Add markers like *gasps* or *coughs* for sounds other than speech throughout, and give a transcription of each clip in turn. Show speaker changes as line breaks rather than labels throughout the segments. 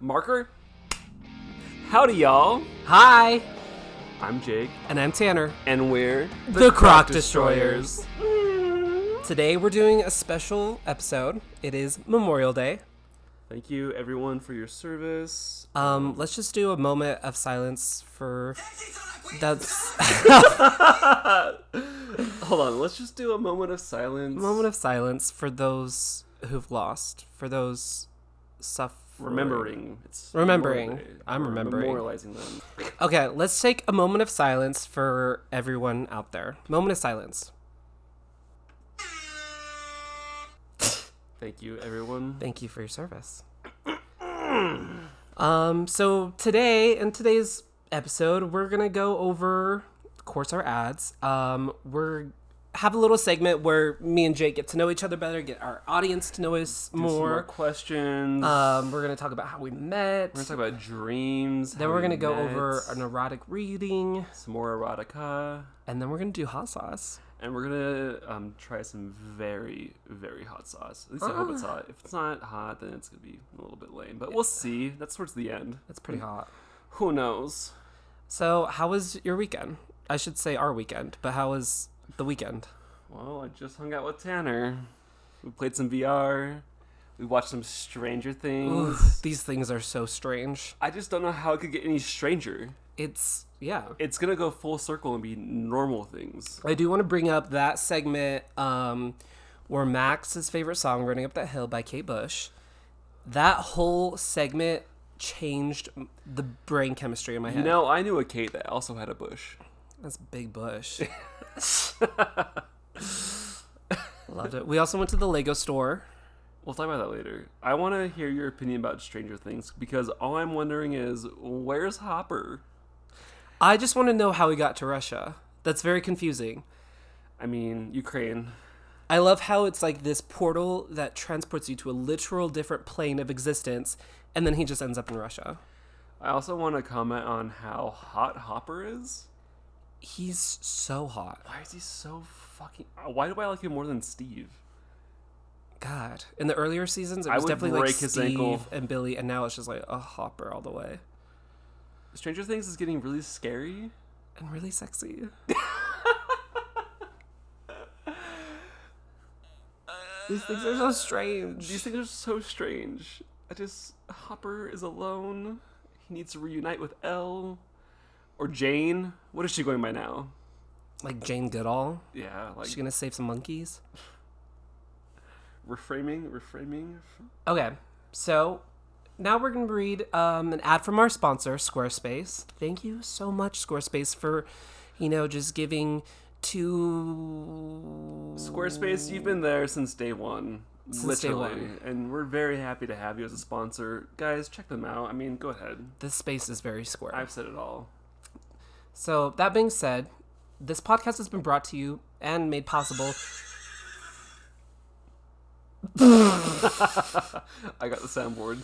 marker. Howdy, y'all.
Hi,
I'm Jake,
and I'm Tanner.
and we're
The Croc Destroyers. Today we're doing a special episode. It is Memorial Day.
Thank you, everyone, for your service.
Um, let's just do a moment of silence for that's
Hold on, let's just do a moment of silence.
a moment of silence for those who've lost, for those suffering.
remembering. It's
Remembering.
Memorial Day.
I'm
We're
remembering.
Memorializing them.
Okay, let's take a moment of silence for everyone out there. Moment of silence.
Thank you, everyone.
Thank you for your service. um, so today, in today's episode, we're gonna go over, of course, our ads. Um, we're have a little segment where me and Jake get to know each other better, get our audience to know us
Some more
more.
questions.
Um, we're gonna talk about how we met.
we're gonna talk about dreams.
then
how
we're
we
gonna go
met,
over an er- erotic reading,
some more erotica,
and then we're gonna do hot sauce.
and we're gonna um, try some very, very hot sauce. At least I hope
Ah.
it's hot. If it's not hot, then it's gonna be a little bit lame. But we'll see. That's towards the end.
That's pretty hot.
Who knows?
So, how was your weekend? I should say our weekend, but how was the weekend?
Well, I just hung out with Tanner. We played some VR. We watched some Stranger Things.
These things are so strange.
I just don't know how it could get any stranger.
It's yeah.
It's gonna go full circle and be normal things.
I do want to bring up that segment um, where Max's favorite song, "Running Up That Hill" by Kate Bush. That whole segment changed m- the brain chemistry in my head.
No, I knew a Kate that also had a bush.
That's Big Bush. Loved it. We also went to the Lego store.
We'll talk about that later. I want to hear your opinion about Stranger Things because all I'm wondering is where's Hopper?
I just want to know how he got to Russia. That's very confusing.
I mean, Ukraine.
I love how it's like this portal that transports you to a literal different plane of existence, and then he just ends up in Russia.
I also want to comment on how hot Hopper is.
He's so hot.
Why is he so fucking. Why do I like him more than Steve?
God, in the earlier seasons, it
I
was
would
definitely like
break his
Steve
ankle.
and Billy, and now it's just like a Hopper all the way,
Stranger Things is getting really scary.
and really sexy.
*laughs*
These things are so
These
strange.
things are so strange. I just. Hopper is alone. He needs to reunite with Elle. Or Jane. What is she going by now?
Like Jane Goodall,
Yeah, like
she's gonna save some monkeys.
reframing, reframing.
Okay, so now we're gonna read um, an ad from our sponsor, Squarespace. Thank you so much, Squarespace, for you know just giving to
Squarespace, you've been there since day one.
Since day
literally.
one.
And we're very happy to have you as a sponsor. Guys, check them out. I mean, go ahead.
this space is very square.
I've said it all.
So, that being said, this podcast has been brought to you and made possible.
I got the soundboard.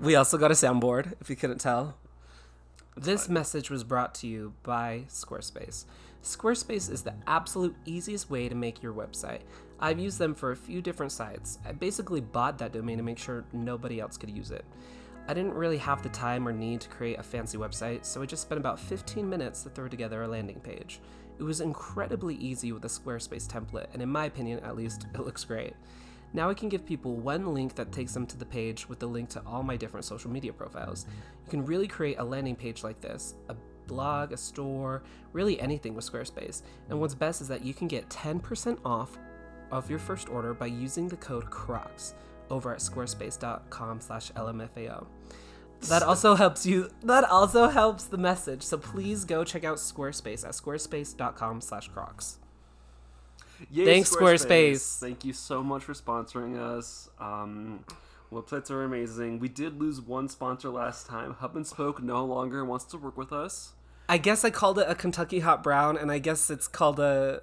We also got a soundboard, if you couldn't tell. This message was brought to you by Squarespace. Squarespace is the absolute easiest way to make your website. I've used them for a few different sites. I basically bought that domain to make sure nobody else could use it. I didn't really have the time or need to create a fancy website, so I just spent about 15 minutes to throw together a landing page. It was incredibly easy with the Squarespace template, and in my opinion, at least, *laughs* it looks great. Now I can give people one link that takes them to the page with the link to all my different social media profiles. You can really create a landing page like this a blog, a store, really anything with Squarespace. And what's best is that you can get 10% off of your first order by using the code CROCS over at squarespace.com slash lmfao. That also helps you that also helps the message. So please go check out Squarespace at squarespace.com slash crocs.
Yay,
Thanks, Squarespace.
Thank you so much for sponsoring us. Um, websites are amazing. We did lose one sponsor last time. Hub and Spoke no longer wants to work with us.
I guess I called it a Kentucky hot brown, and I guess it's called a.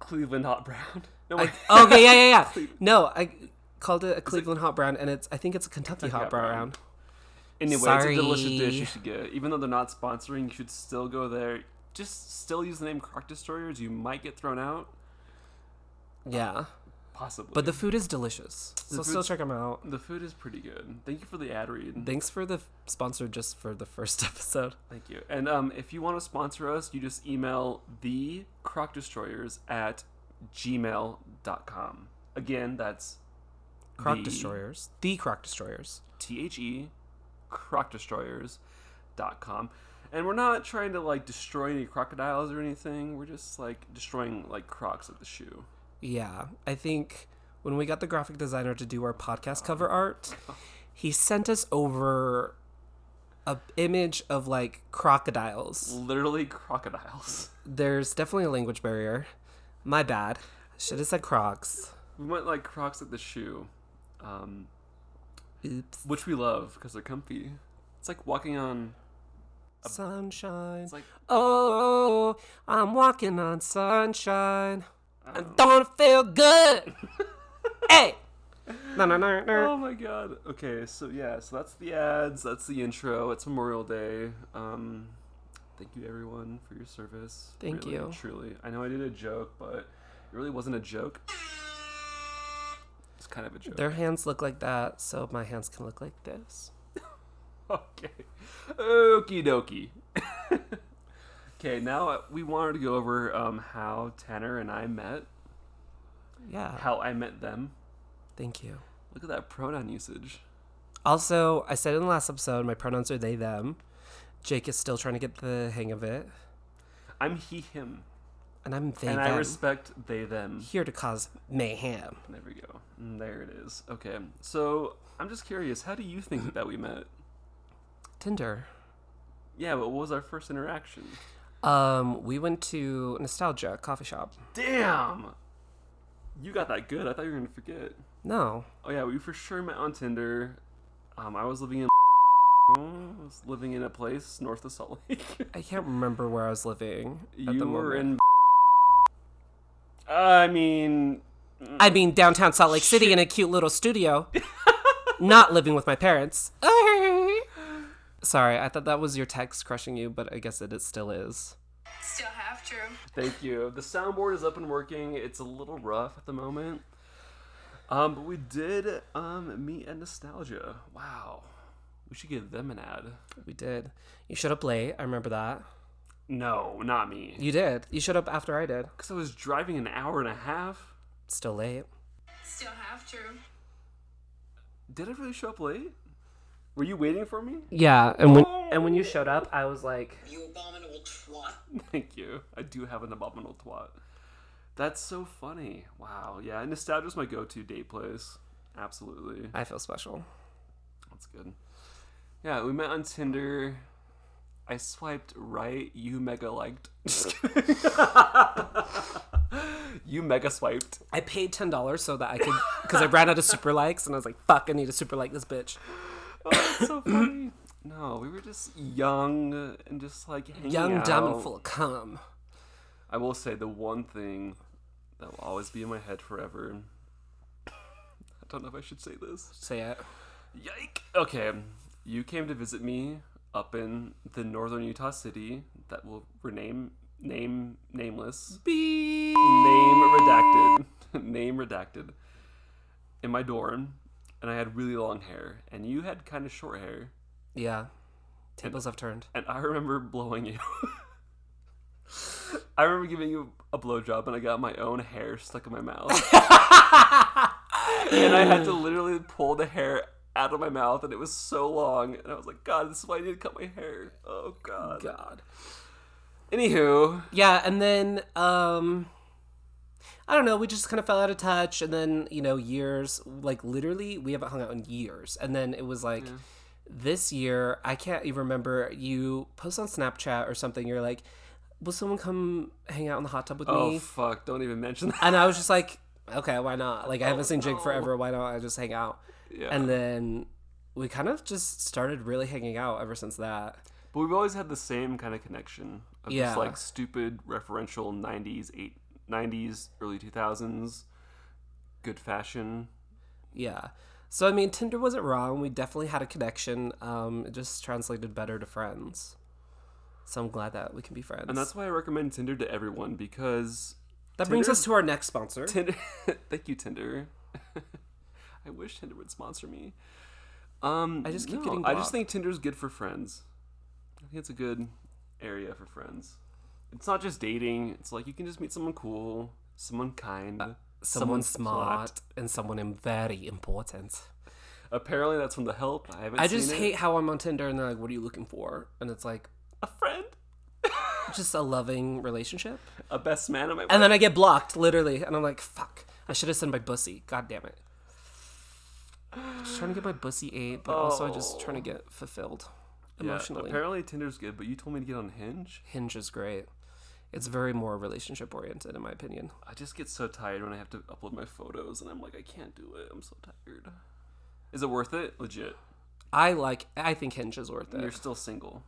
Cleveland Hot Brown. *laughs* No, wait.
Okay, yeah,
*laughs*
yeah, yeah. No, I called it a Cleveland hot brown, and it's. I think it's a Kentucky, hot
hot
brown.
brown. Anyway,
Sorry.
it's a delicious dish you should get. Even though they're not sponsoring, you should still go there. Just still use the name Croc Destroyers. You might get thrown out.
Yeah.
Possibly.
But the food is delicious. So
The
still
food's-
check them out.
the food is pretty good. Thank you for the ad read.
Thanks for the f- sponsor just for the first *laughs* episode.
Thank you. And um, if you want to sponsor us, you just email the croc destroyers at gmail.com. Again, that's
Croc
The-
Destroyers. The Croc Destroyers.
T H E croc destroyers.com. And we're not trying to like destroy any crocodiles or anything. We're just like destroying like crocs like the shoe.
Yeah. I think when we got the graphic designer to do our podcast cover art, he sent us over a image of like crocodiles.
Literally *laughs* crocodiles.
There's definitely a language barrier. My bad. Should have said crocs.
We went like crocs like the shoe. Um,
Oops.
which we love because they're comfy. It's like walking on
Sunshine.
it's like
Oh, I'm walking on sunshine.
Oh.
I don't
*laughs*
feel good. hey. No, no, no, no.
Oh my god. Okay, so yeah, so that's the ads, that's the intro. It's Memorial Day. Um thank you everyone for your service.
Thank
Really,
you.
Truly. I know I did a joke, but it really wasn't a joke. It's kind of a joke. *laughs*
Their hands look like that, so my hands can look like this.
Okay. Okie dokie. *laughs* okay, now we wanted to go over um, how Tanner and I met,
Yeah.
how I met them.
Thank you.
Look at that pronoun usage.
Also, I said in the last episode, my pronouns are they, them. Jake is still trying to get the hang of it,
I'm he, him.
and I'm they,
and
them.
I respect they, them.
here to cause mayhem.
There we go. Mm, There it is. Okay. So I'm just curious, how do you think that we met?
Tinder.
Yeah, but what was our first interaction?
Um, we went to Nostalgia coffee shop.
Damn! You got that good. I thought you were going to forget.
No,
Oh, yeah, we for sure met on Tinder. Um, I was living in. *laughs* I was living in a place north of Salt Lake. *laughs*
I can't remember where I was living at the
you were
moment.
in. *laughs* I mean.
I mean, downtown Salt Lake City in a cute
*laughs*
little studio, not living with my parents. *laughs* Sorry, I thought that was your text crushing you, but I guess it, it still is.
Still half true.
Thank you. The soundboard is up and working. It's a little rough at the moment. Um, but we did um meet at Nostalgia. Wow. We should give them an ad.
We did. You showed up late. I remember that.
No, not me.
You did. You showed up after I did.
Because I was driving an hour and a half.
Still late.
Still half true.
Did I really show up late? Were you waiting for me? *laughs*
Yeah, and when and when you showed up, I was like,
You abominable twat.
Thank you. I do have an abominable twat. That's so funny. Wow. Yeah, Nostalgia's my go-to date place. Absolutely.
I feel special.
That's good. Yeah, we met on Tinder. I swiped right. You mega liked. *laughs* Just kidding. you mega swiped.
I paid ten dollars so that I could, because I ran out of super likes, and I was like, "Fuck, I need a super like this bitch." Oh,
So funny. *clears throat* no, we were just young and just like hanging
Young, dumb, and
out.
full of cum.
I will say the one thing that will always be in my head forever. I don't know if I should say this.
Say it.
Yike. Okay, you came to visit me up in the northern Utah city that will rename name nameless.
Beep.
name redacted *laughs* name redacted in my dorm and i had really long hair and you had kind of short hair
Yeah. Tables have turned.
and i *laughs* remember blowing you i remember giving you a blowjob and i got my own hair stuck in my
*laughs*
mouth and i had to literally pull the hair out of my mouth and it was so long and i was like god this is why i need to cut my hair oh god,
God.
anywho
Yeah, and then um I don't know, we just kind of fell out of touch and then, you know, years like literally we haven't hung out in years. And then it was like this year, I can't even remember you post on Snapchat or something, you're like, Will someone come hang out in the hot tub with
oh
me?
fuck don't even mention that
and I was just like, Okay, why not? Like I haven't seen Jake forever, why don't I just hang out?
yeah.
And then we kind of just started really hanging out ever since that.
But we've always had the same kind of connection of
Yeah.
just like stupid referential 90s, eight, 90s, early 2000s, good fashion.
Yeah. So I mean, Tinder wasn't wrong. We definitely had a connection. Um, it just translated better to friends. So I'm glad that we can be friends.
And that's why I recommend Tinder to everyone because
That brings
Tinder's-
us to our next sponsor.
Tinder. *laughs* Thank you, Tinder. *laughs* I wish Tinder would sponsor me. Um,
I just keep
no,
getting
I just
blocked.
think Tinder's good for friends. I think it's a good area for friends. It's not just dating. It's like you can just meet someone cool, someone kind,
someone
Uh, smart.
smart and someone im- very important.
Apparently, that's from The Help. I haven't.
I
seen
just
it.
hate how I'm on Tinder and they're like, "What are you looking for?" And it's like,
a friend,
just a loving relationship.
a best man. Of my
And then I get blocked, literally, and I'm like, "Fuck! I should have sent my bussy. God damn it." Just trying to get my bussy ate, but also I just trying to get fulfilled emotionally.
Oh. apparently, Tinder's good, but you told me to get on Hinge.
Hinge is great. It's very more relationship oriented, in my opinion.
I just get so tired when I have to upload my photos, and I'm like, I can't do it. I'm so tired. Is it worth it? Legit.
I like. I think Hinge is worth it.
You're still *laughs* single.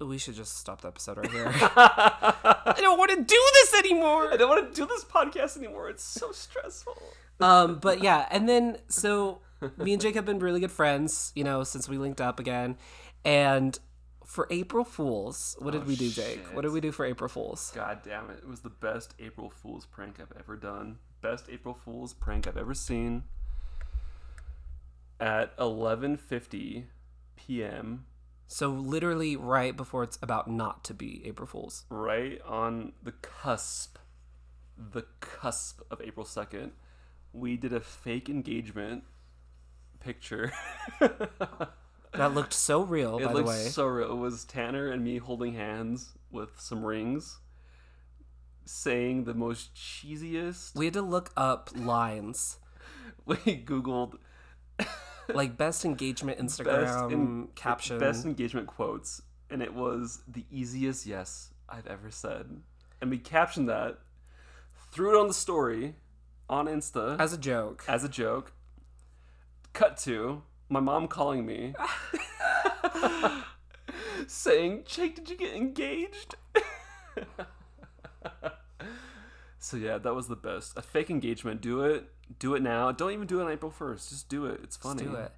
We should just stop the episode right here.
*laughs*
I don't want to do this anymore.
I don't want to do this podcast anymore. It's so stressful.
um, but yeah, and
*laughs*
then so me and Jake have been really good friends, you know, since we linked up again. And for April Fools, what did
Oh,
we do, Jake? What did we do for April Fools?
God damn it. It was the best April Fool's prank I've ever done. Best April Fool's prank I've ever seen. At 11:50 p.m.
So literally right before it's about not to be April Fools.
right on the cusp, the cusp of April 2nd, we did a fake engagement picture. *laughs*
That looked so real,
it
by the
looked
way.
so real. It was Tanner and me holding hands with some rings, saying the most cheesiest. *laughs*
we had to look up lines
We Googled
like best engagement
best,
Instagram
en-
caption.
best engagement quotes, and it was the easiest yes I've ever said. And we captioned that, threw it on the story on Insta.
as a joke.
as a joke. Cut to my mom calling
*laughs*
me, saying, "Jake, did you get engaged?" *laughs* so yeah, that was the best. A fake engagement. Do it. Do it now. Don't even do it on April first. Just do it. It's funny.
do it.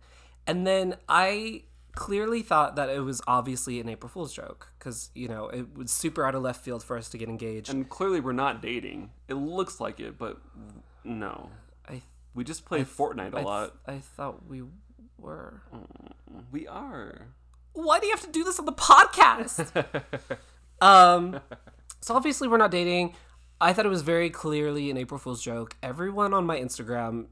And then I clearly thought that it was obviously an April Fool's joke because, you know, it was super out of left field for us to get engaged.
And clearly, we're not dating. It looks like it, but no.
I,
We just play Fortnite a
I,
lot.
I thought we were.
We are.
Why do you have to do this on the
*laughs*
podcast? um, so obviously, we're not dating. I thought it was very clearly an April Fool's joke. Everyone on my Instagram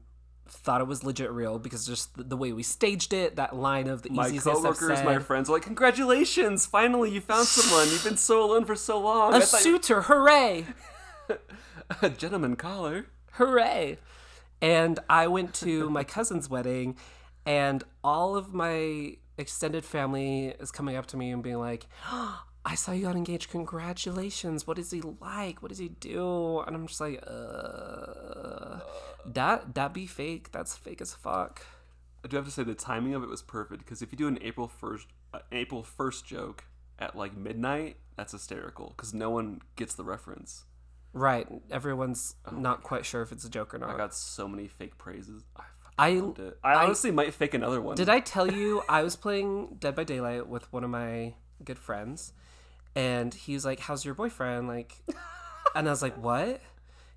thought it was legit real because just the, the way we staged it, that line of the
My
easiest
coworkers,
I've
my
said.
friends, are like, "Congratulations! Finally, you
*sighs*
found someone. You've been so alone for so long." I
a
thought you-
suitor, hooray!
a gentleman caller.
hooray and i went to my cousin's wedding and all of my extended family is coming up to me and being like *gasps* i saw you got engaged congratulations what is he like what does he do and i'm just like uh that that be fake that's fake as fuck
I do have to say the timing of it was perfect because if you do an April first, uh, April first joke at like midnight, that's hysterical because no one gets the reference.
right everyone's not quite sure if it's a joke or
I
not
got so many fake praises. I fucking
i
loved it. I,
I-
honestly might fake another one.
Did I tell you I was playing Dead by Daylight with one of my good friends, and he was like, "How's your boyfriend?" Like, and I was like, "What?"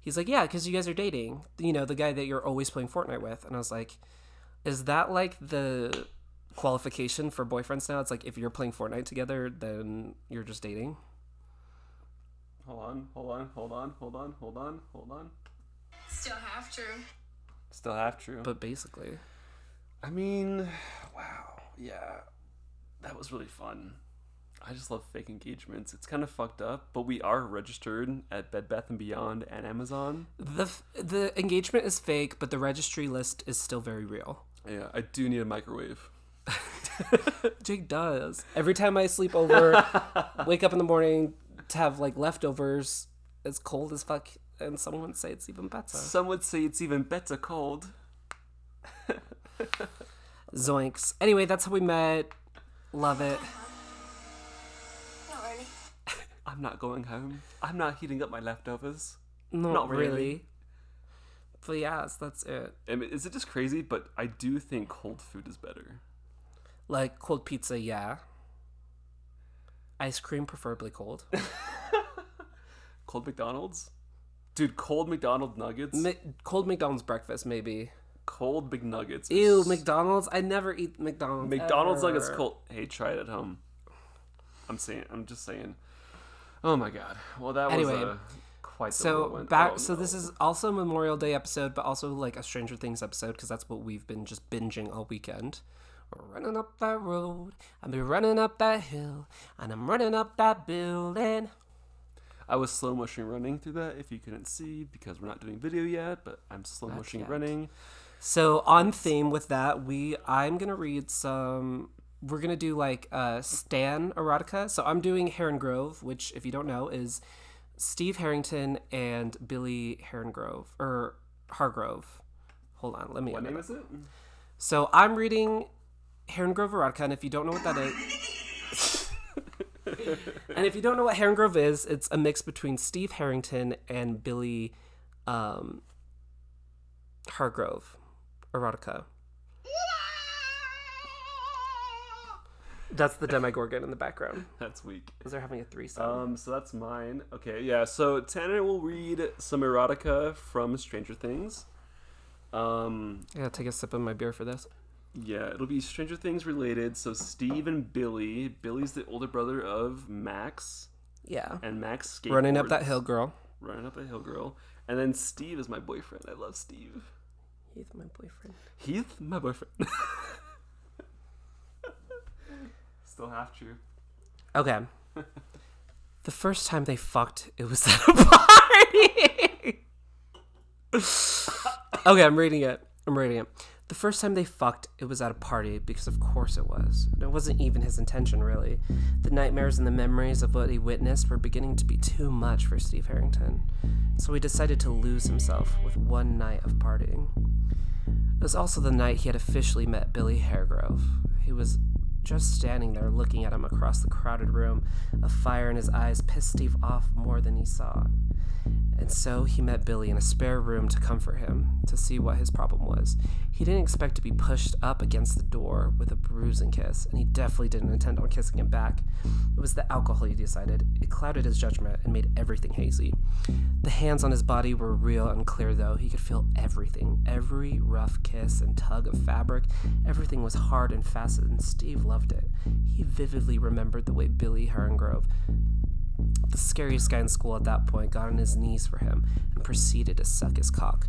He's like, "Yeah, because you guys are dating. You know, the guy that you're always playing Fortnite with." And I was like, "Is that like the qualification for boyfriends now? It's like if you're playing Fortnite together, then you're just dating."
Hold on, hold on, hold on, hold on, hold on, hold on.
Still have to.
Still half true.
But basically,
I mean, *sighs* wow, yeah, that was really fun. I just love fake engagements. It's kind of fucked up, but we are registered at Bed Bath and Beyond and Amazon.
the f- the engagement is fake, but the registry list is still very real.
Yeah, I do need a microwave.
Jake does. Every time I sleep *laughs* over, wake up in the morning to have like leftovers, it's cold as fuck, and someone would say it's even better.
Some would say it's even better cold.
Zoinks. Anyway, that's how we met. Love it.
Not really.
I'm not going home. I'm not heating up my leftovers.
Not,
Not
really.
really.
But yes, that's it.
I mean, is it just crazy? But I do think cold food is better.
Like cold pizza, *laughs* yeah. Ice cream, preferably cold.
Cold McDonald's? Dude, cold McDonald nuggets?
Mi- cold McDonald's breakfast, maybe.
cold McNuggets. are
Ew,
s-
McDonald's. I never eat McDonald's.
McDonald's
ever.
nuggets cold. Hey, try it at home. I'm saying. I'm just saying. Oh my god. Well, that
Anyway,
was uh, quite. the
So
whirlwind.
back.
Oh,
so this
no.
is also a Memorial Day episode, but also like a Stranger Things episode because that's what we've been just binging all weekend. Running up that road, I've been running up that hill, and I'm running up that building.
I was slow motion running through that. If you couldn't see, because we're not doing video yet, but I'm slow motion
yet.
running.
So on theme with that, we I'm gonna read some. We're gonna do like uh, Stan erotica. So I'm doing Heron Grove, which if you don't know is Steve Harrington and Billy Heron Grove or Hargrove. Hold on, let me.
What
open
name
it.
is it?
So I'm reading Heron Grove erotica, and if you don't know what that is. *laughs* and if you don't know what Heron Grove is, it's a mix between Steve Harrington and Billy um, Hargrove, erotica. That's the Demigorgon in the background.
That's weak.
Is they're having a threesome?
Um, so that's mine. Okay, yeah. So Tanner will read some erotica from Stranger Things. Um,
I gotta take a sip of my beer for this.
Yeah, it'll be Stranger Things related. So Steve and Billy. Billy's the older brother of Max,
Yeah.
and Max skateboards.
Running up that hill, girl.
Running up that hill, girl. And then Steve is my boyfriend. I love Steve.
He's my boyfriend.
Heath, my boyfriend. *laughs* Still half true.
Okay. *laughs* the first time they fucked, it was *laughs* at a party. okay, I'm reading it. I'm reading it. The first time they fucked, it was at a party because, of course, it was. And it wasn't even his intention, really. The nightmares and the memories of what he witnessed were beginning to be too much for Steve Harrington. So he decided to lose himself with one night of partying. It was also the night he had officially met Billy Hairgrove. He was just standing there looking at him across the crowded room. A fire in his eyes pissed Steve off more than he saw. And so he met Billy in a spare room to comfort him, to see what his problem was. He didn't expect to be pushed up against the door with a bruising kiss, and he definitely didn't intend on kissing him back. It was the alcohol he decided. It clouded his judgment and made everything hazy. The hands on his body were real and clear, though. He could feel everything every rough kiss and tug of fabric. Everything was hard and fast, and Steve loved it. He vividly remembered the way Billy Herringrove the scariest guy in school at that point got on his knees for him and proceeded to suck his cock.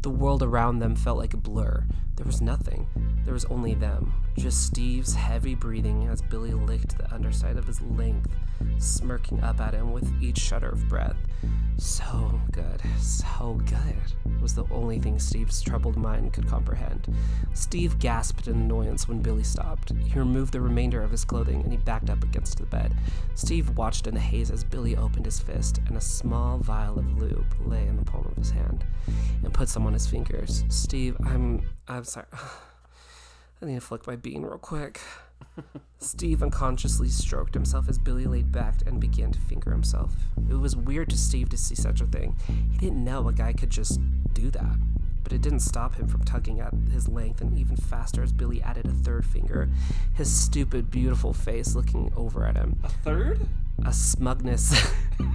The world around them felt like a blur. There was nothing. There was only them. Just Steve's heavy breathing as Billy licked the underside of his length, smirking up at him with each shudder of breath. So good, so good, was the only thing Steve's troubled mind could comprehend. Steve gasped in annoyance when Billy stopped. He removed the remainder of his clothing and he backed up against the bed. Steve watched in the haze as Billy opened his fist and a small vial of lube lay in the palm of his hand and put some on his fingers. Steve, I'm I'm sorry. *sighs* I need to flick my bean real quick. Steve unconsciously stroked himself as Billy laid back and began to finger himself. It was weird to Steve to see such a thing. He didn't know a guy could just do that. But it didn't stop him from tugging at his length and even faster as Billy added a third finger, his stupid, beautiful face looking over at him.
A third?
A smugness. *laughs*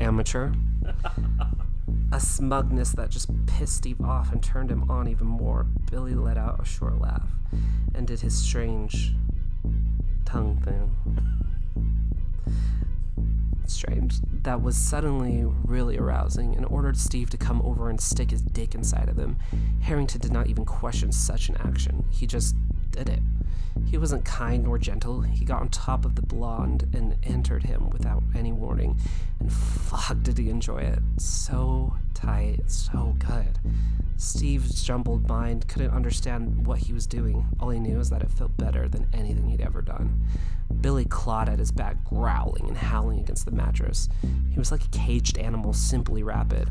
Amateur. A smugness that just pissed Steve off and turned him on even more. Billy let out a short laugh and did his strange tongue thing. Strange. That was suddenly really arousing and ordered Steve to come over and stick his dick inside of him. Harrington did not even question such an action, he just did it. He wasn't kind nor gentle. He got on top of the blonde and entered him without any warning. And fuck, did he enjoy it. So tight, so good. Steve's jumbled mind couldn't understand what he was doing. All he knew is that it felt better than anything he'd ever done. Billy clawed at his back, growling and howling against the mattress. He was like a caged animal, simply rapid.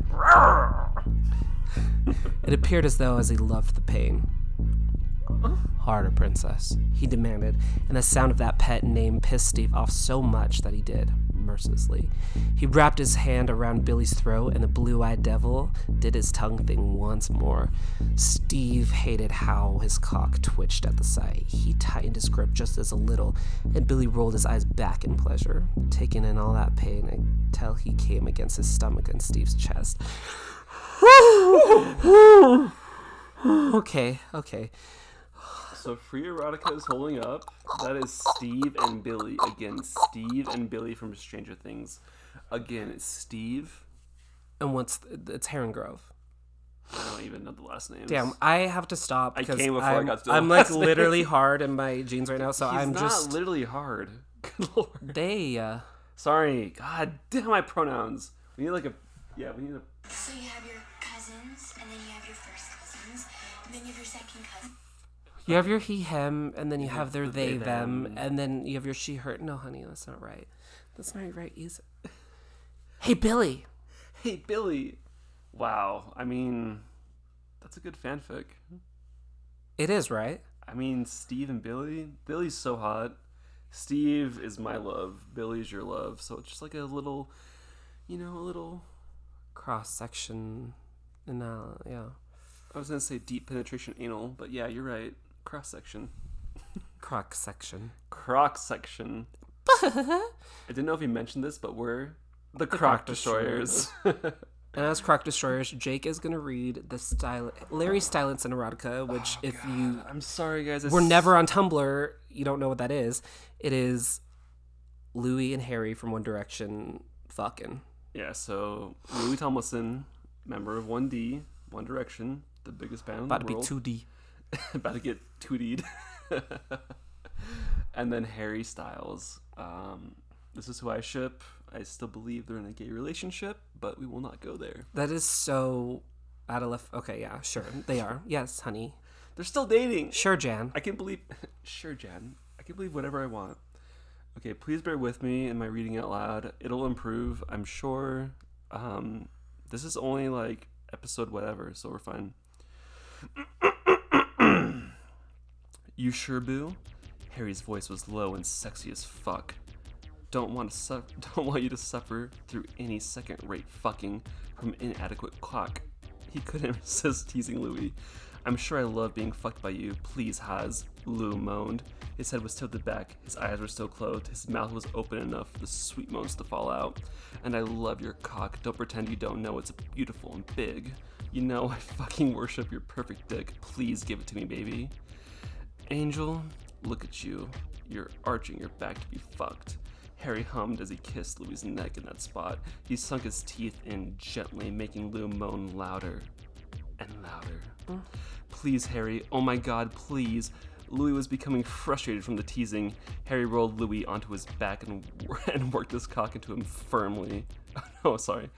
it appeared as though as he loved the pain. Harder, princess, he demanded, and the sound of that pet name pissed Steve off so much that he did. mercilessly. He wrapped his hand around Billy's throat, and the blue eyed devil did his tongue thing once more. Steve hated how his cock twitched at the sight. He tightened his grip just as a little, and Billy rolled his eyes back in pleasure, taking in all that pain until he came against his stomach and Steve's chest. *sighs* okay, okay.
So Free Erotica is holding up. That is Steve and Billy again. Steve and Billy from Stranger Things. Again, it's Steve.
And what's it's Heron Grove?
I don't even know the last name.
Damn, I have to stop.
I
'cause
came before I
I'm,
got to the
I'm like
last name. *laughs*
literally hard in my jeans right now, so
He's
I'm
not
just
literally hard. *laughs* Good lord.
they. Uh,
Sorry. God damn my pronouns. We need like a yeah. We need a
So you have your cousins, and then you have your first cousins, and then you have your second cousin.
you have your he him, and then you have their they,
they,
them,
them.
and then you have your she her. No, honey, that's not right. That's not right. Use it. *laughs* Hey, Billy.
hey Billy. Wow. I mean, that's a good fanfic.
It is right.
I mean, Steve and Billy. Billy's so hot. Steve is my love. Billy's your love. So it's just like a little, you know, a little.
Cross section, and uh, yeah,
I was gonna say deep penetration anal, but yeah, you're right. Cross section.
cross section.
Croc
*laughs*
section. I didn't know if you mentioned this, but we're the, Croc,
Croc
Destroyers.
And as Croc Destroyers, Jake is gonna read the style Larry Stylance and Erotica, which
Oh,
if you
*laughs* I'm sorry, guys. I
were
s-
never on Tumblr, you don't know what that is. It is Louis and Harry from One Direction fucking.
Yeah, so Louis Tomlinson, member of 1D, One Direction, the biggest band in
About to
the
be
world.
2D.
*laughs* about to get tootied. *laughs* and then Harry Styles. Um, this is who I ship. I still believe they're in a gay relationship, but we will not go there.
That is so out of left. Okay, yeah, sure. They are. Yes, honey.
They're still dating.
Sure, Jan.
I can believe. *laughs* Sure, Jen. I can believe whatever I want. Okay, please bear with me in my reading out loud. It'll improve, I'm sure. Um, this is only like episode whatever, so we're fine. *clears throat* you sure, Boo? Harry's voice was low and sexy as fuck. Don't want to suffer. *laughs* Don't want you to suffer through any second-rate fucking from inadequate clock. He couldn't *laughs* resist teasing Louis. I'm sure I love being fucked by you. Please, Haz. Lou moaned. His head was tilted back. His eyes were still closed. His mouth was open enough for the sweet moans to fall out. And I love your cock. Don't pretend you don't know it's beautiful and big. You know I fucking worship your perfect dick. Please give it to me, baby. Angel, look at you. You're arching your back to be fucked. Harry hummed as he kissed Louis' neck in that spot. He sunk his teeth in gently, making Lou moan louder and louder. Please, Harry. Oh my god, please. Louis was becoming frustrated from the teasing. Harry rolled Louis onto his back and, *laughs* and worked his cock into him firmly. *laughs* Oh, sorry.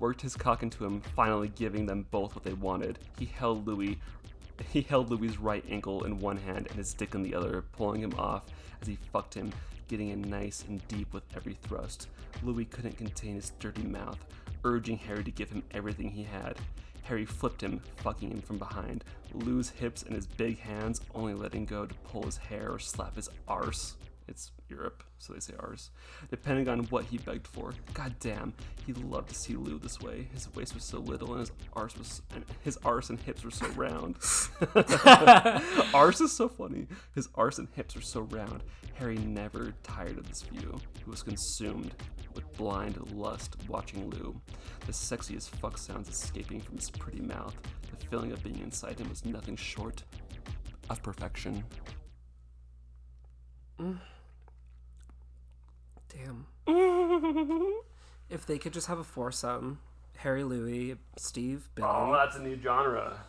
Worked his cock into him, finally giving them both what they wanted. He held Louis *laughs* he held Louis's right ankle in one hand and his dick in the other, pulling him off as he fucked him, getting in nice and deep with every thrust. Louis couldn't contain his dirty mouth, urging Harry to give him everything he had. Harry flipped him, fucking him from behind, Lou's hips and his big hands only letting go to pull his hair or slap his arse. It's Europe, so they say ours. Depending on what he begged for. God damn, he loved to see Lou this way. His waist was so little, and his arse was, and his arse and hips were so round. *laughs* arse is so funny. His arse and hips were so round. Harry never tired of this view. He was consumed with blind lust watching Lou. The sexiest fuck sounds escaping from his pretty mouth. The feeling of being inside him was nothing short of perfection. *laughs*
Damn. if they could just have a foursome Harry, Louis, Steve, Billy.
Oh, that's a new genre.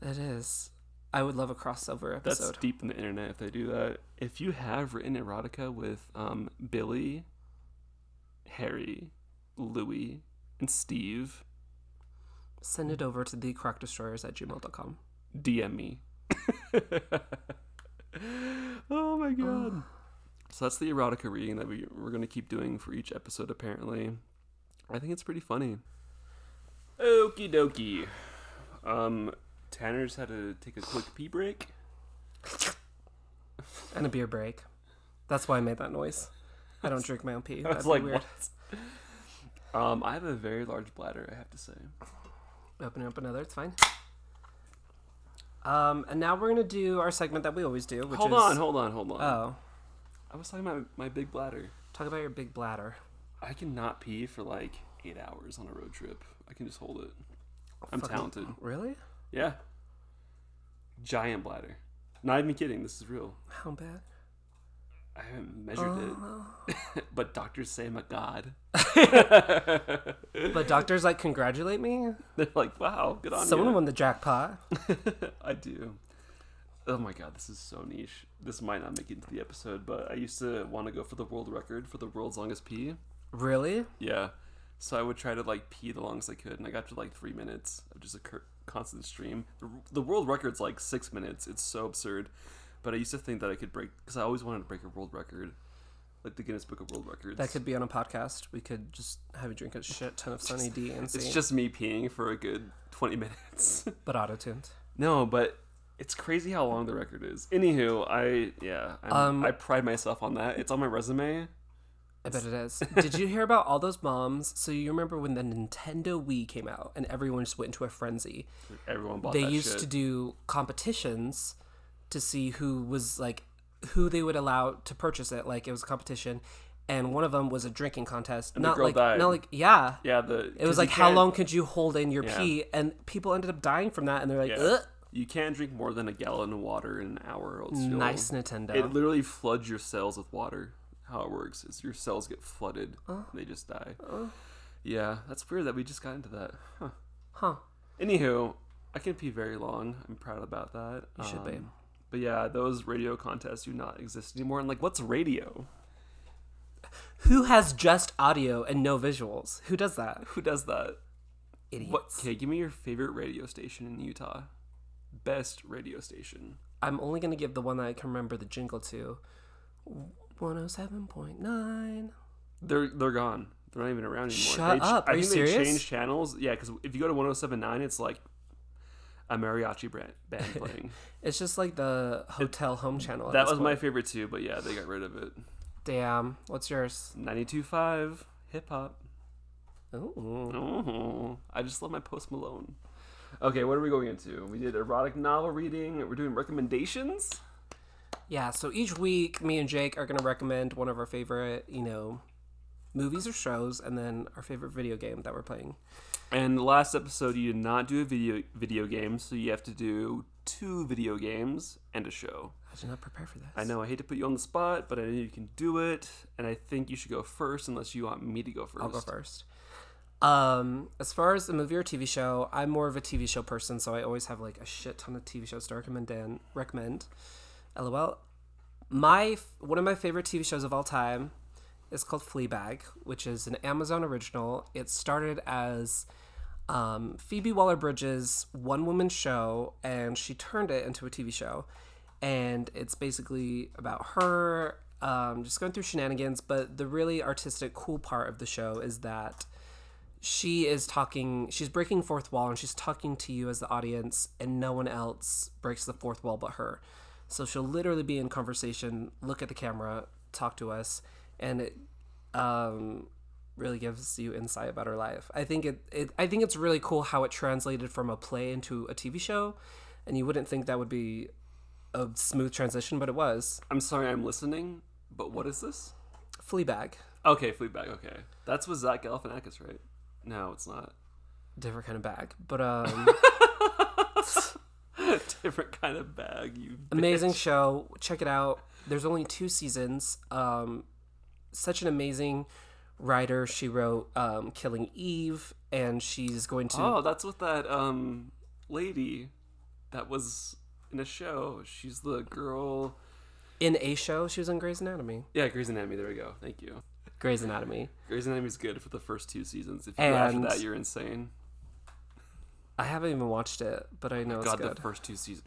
It is. I would love a crossover
That's
episode.
deep in the internet if they do that. If you have written erotica with um, Billy, Harry, Louis, and Steve,
Send it over to the crocdestroyers at gmail.com.
DM me. *laughs* oh my *sighs* god. So that's the erotica reading that we, we're going to keep doing for each episode, apparently. I think it's pretty funny. Okie dokie. Um, Tanner's had to take a quick pee break.
And a beer break. That's why I made that noise. I don't drink my
*laughs*
own pee.
I
That'd
was
be
like,
weird.
what? Um, I have a very large bladder, I have to say.
Open up another. It's fine. Um, and now we're gonna do our segment that we always do, which
hold
is
on, hold on, hold on.
oh,
I was talking about my big bladder.
talk about your big bladder.
I cannot pee for like eight hours on a road trip. I can just hold it. I'm
Fucking-
talented.
Really?
Yeah. Giant bladder. Not even kidding. This is real.
How bad?
I haven't measured
Oh.
it, *laughs* but doctors say I'm a god. *laughs*
But doctors like
*laughs*
congratulate me.
They're like, "Wow, good on
Someone
you."
won the jackpot.
*laughs* I do. Oh my god, this is so niche. This might not make it into the episode, but I used to want to go for the world record for the world's longest pee.
Really?
Yeah. So I would try to like pee the longest I could, and I got to like three minutes of just a cur- constant stream. The, the world record's like six minutes. It's so absurd. But I used to think that I could break because I always wanted to break a world record, like the Guinness Book of World Records.
That could be on a podcast. We could just have you drink a shit ton of Sunny D and see,
It's just me peeing for a good twenty *laughs* minutes.
but auto tuned.
no, but it's crazy how long the record is. Anywho, I yeah, I'm-
Um,
I pride myself on that. It's on my resume.
I bet it is. Did you hear about all those moms? So you remember when the Nintendo Wii came out and everyone just went into a frenzy?
Everyone bought
they
that
used
shit.
to do competitions to see who was like who they would allow to purchase it. Like it was a competition, and one of them was a drinking contest.
the
not
girl
like
died.
not like yeah.
yeah, the
It was like how long could you hold in your
Yeah.
pee, and people ended up dying from that, and they're like,
Yeah.
Ugh,
You can't drink more than a gallon of water in an hour. Or else you'll-
nice Nintendo.
It literally floods your cells with water. How it works is your cells get flooded, and they just die. Yeah, that's weird that we just got into that. Huh.
huh?
Anywho, I can pee very long. I'm proud about that. You
should be.
But yeah, those radio contests do not exist anymore. And like, what's radio? *laughs*
Who has just audio and no visuals? Who does that?
Who does that?
Idiots.
What? Okay, give me your favorite radio station in Utah. Best radio station.
I'm only gonna give the one that I can remember the jingle to. 107.9.
They're they're gone. They're not even around anymore.
Shut
they, ch-
up.
I
Are you
think they
serious?
changed channels. Yeah, because if you go to 107.9, it's like a mariachi brand,
*laughs*
band playing.
It's just like the hotel home channel. at
that
this
was my
point.
favorite too, but yeah, they got rid of it.
Damn. What's yours?
92.5 hip
*laughs*
hop.
Ooh.
Oh, I just love my Post Malone. Okay, what are we going into? We did erotic novel reading. We're doing recommendations.
Yeah, so each week, me and Jake are going to recommend one of our favorite, you know, movies or shows, and then our favorite video game that we're playing.
And last episode, you did not do a video video game, so you have to do two video games and a show.
I did not prepare for this.
I know I hate to put you on the spot, but I know you can do it, and I think you should go first unless you want me to go 1st
I'll go first. Um, as far as a movie or TV show, I'm more of a TV show person, so I always have like a shit ton of TV shows to recommend. And recommend, lol. My f- one of my favorite TV shows of all time is called Fleabag, which is an Amazon original. It started as um, Phoebe Waller Bridge's one woman show, and she turned it into a TV show. And it's basically about her um, just going through shenanigans. But the really artistic, cool part of the show is that she is talking, she's breaking fourth wall, and she's talking to you as the audience, and no one else breaks the fourth wall but her. So she'll literally be in conversation, look at the camera, talk to us, and it um, really gives you insight about her life. I think it, it I think it's really cool how it translated from a play into a TV show, and you wouldn't think that would be a smooth transition, but it was.
I'm sorry, I'm listening, but what is this?
Fleabag,
Okay, Fleabag. Okay, that's with Zach Galifianakis, right? No, it's not. *laughs*
different kind of bag, but um, *laughs*
Different kind of bag. You
amazing show. Check it out. There's only two seasons. Um, such an amazing writer. She wrote um, Killing Eve, and she's going to
Oh, that's with that um lady that was in a show. She's the girl.
in a show. She was on Grey's Anatomy.
Yeah, Grey's Anatomy. There we go. Thank you.
Grey's Anatomy.
Grey's Anatomy's good for the first two seasons. If you go after
And-
that, you're insane.
I haven't even watched it, but I know
God,
it's good.
the first two seasons.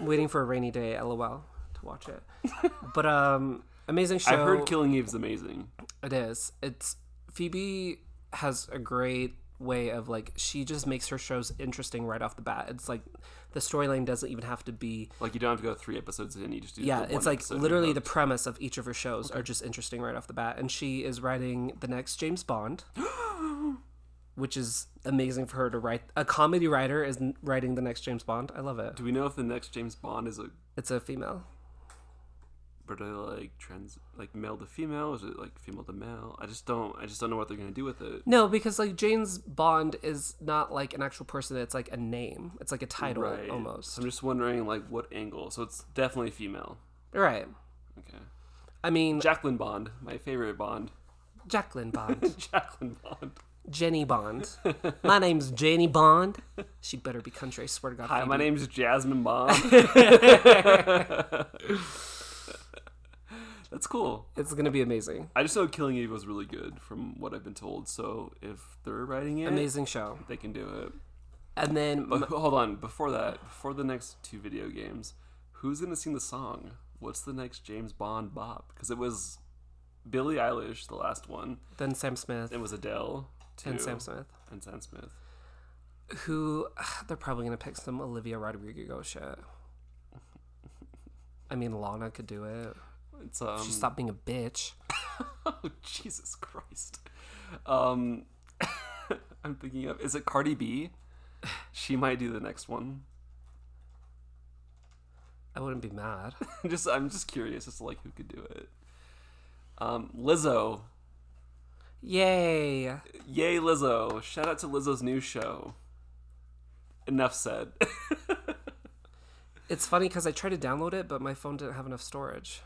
waiting for a rainy day lol to watch it *laughs* but um amazing show
I've heard Killing Eve's amazing.
it is it's phoebe has a great way of like she just makes her shows interesting right off the bat it's like the storyline doesn't even have to be
Like you don't have to go three episodes in. You just do
yeah
the
it's
one
like
episode
literally
and
the
you're done.
premise of each of her shows are just interesting right off the bat and she is writing the next
*gasps*
james bond which is amazing for her to write a comedy writer is n- writing the next james bond i love it
Do we know if the next James Bond is a
it's a female
but are they like trans like male to female? Is it like female to male? I just don't I just don't know what they're gonna do with it.
no because like james bond is not like an actual person it's like a name it's like a title
Right.
almost
So I'm just wondering like what angle. So it's definitely female.
right
Okay.
i mean
Jacqueline Bond, my favorite Bond. *laughs*
jacqueline bond
Jacqueline Bond.
jenny bond my name's jenny bond she better be country i swear to god
Hi, my
Phoebe.
name's Jasmine
*laughs*
Bond. That's cool.
it's gonna be amazing
I just know Killing Eve was really good from what I've been told. So if they're writing it,
amazing show
they can do it.
and then
But hold on, before that, before the next two video games, who's gonna sing the song? What's the next James Bond bop? Because it was Billie Eilish, the last one.
then Sam Smith
It was Adele too,
and Sam Smith,
and Sam Smith.
who they're probably gonna pick some Olivia Rodrigo shit. I mean, Lana could do it.
It's um,
She stopped being a bitch.
oh *laughs* Jesus Christ. Um, *laughs* I'm thinking of is it Cardi B? She might do the next one. *laughs*
I wouldn't be mad. *laughs*
just I'm just curious as to like who could do it. Um, Lizzo,
Yay!
yay Lizzo! Shout out to Lizzo's new show. Enough said. *laughs*
It's funny because I tried to download it, but my phone didn't have enough storage.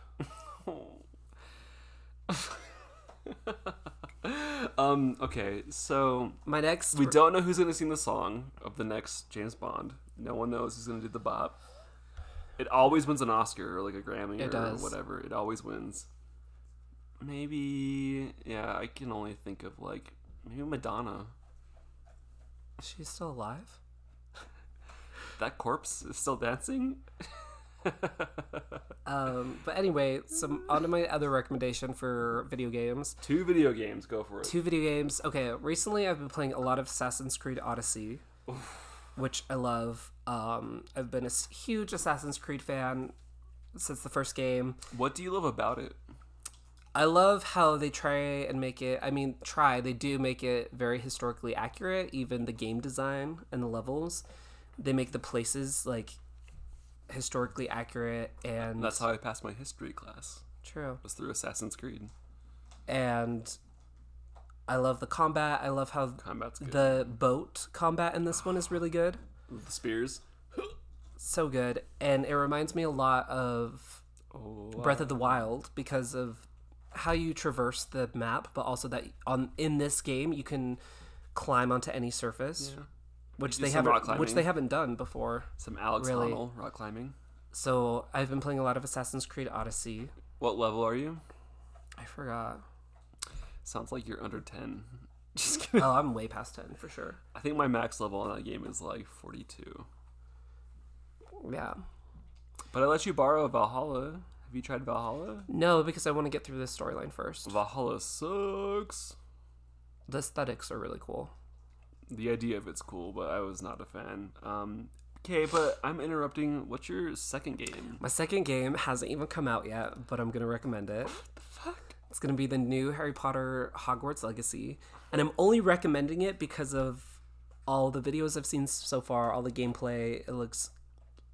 um, okay, so
My next,
we don't know who's gonna sing the song of the next James Bond. No one knows who's gonna do the bop. It always wins an Oscar or like a Grammy
It
or
does.
whatever. It always wins. Maybe yeah, I can only think of like maybe Madonna.
she's still alive.
That corpse is still dancing.
Um, but anyway, some onto my other recommendation for video games.
Two video games, go for it.
Two video games. Okay, recently I've been playing a lot of Assassin's Creed Odyssey, which I love. Um, I've been a s- huge Assassin's Creed fan since the first game.
What do you love about it?
I love how they try and make it, I mean, try, they do make it very historically accurate, even the game design and the levels. They make the places like historically accurate and
That's how I passed my history class.
true.
Was through Assassin's Creed.
And I love the combat. I love how
Combat's good.
the boat combat in this one is really good.
With the spears.
so good and it reminds me a lot of
Oh,
breath of the wild because of how you traverse the map but also that on in this game you can climb onto any surface which
do
they
some rock
haven't which
climbing.
they haven't done before
some Alex
Really?
Honnold rock climbing.
so i've been playing a lot of assassin's creed odyssey
What level are you?
i forgot
Sounds like you're under ten. *laughs* Just kidding.
oh i'm way past 10 for sure
I think my max level on that game is like forty-two.
yeah
But I let you borrow Valhalla. Have you tried Valhalla?
no because i want to get through this storyline first
Valhalla sucks.
the aesthetics are really cool
The idea of it's cool, but I was not a fan. Um, okay, but I'm interrupting. What's your second game?
My second game hasn't even come out yet, but I'm gonna recommend it. It's gonna be the new Harry Potter Hogwarts Legacy, and I'm only recommending it because of all the videos I've seen so far, all the gameplay. It looks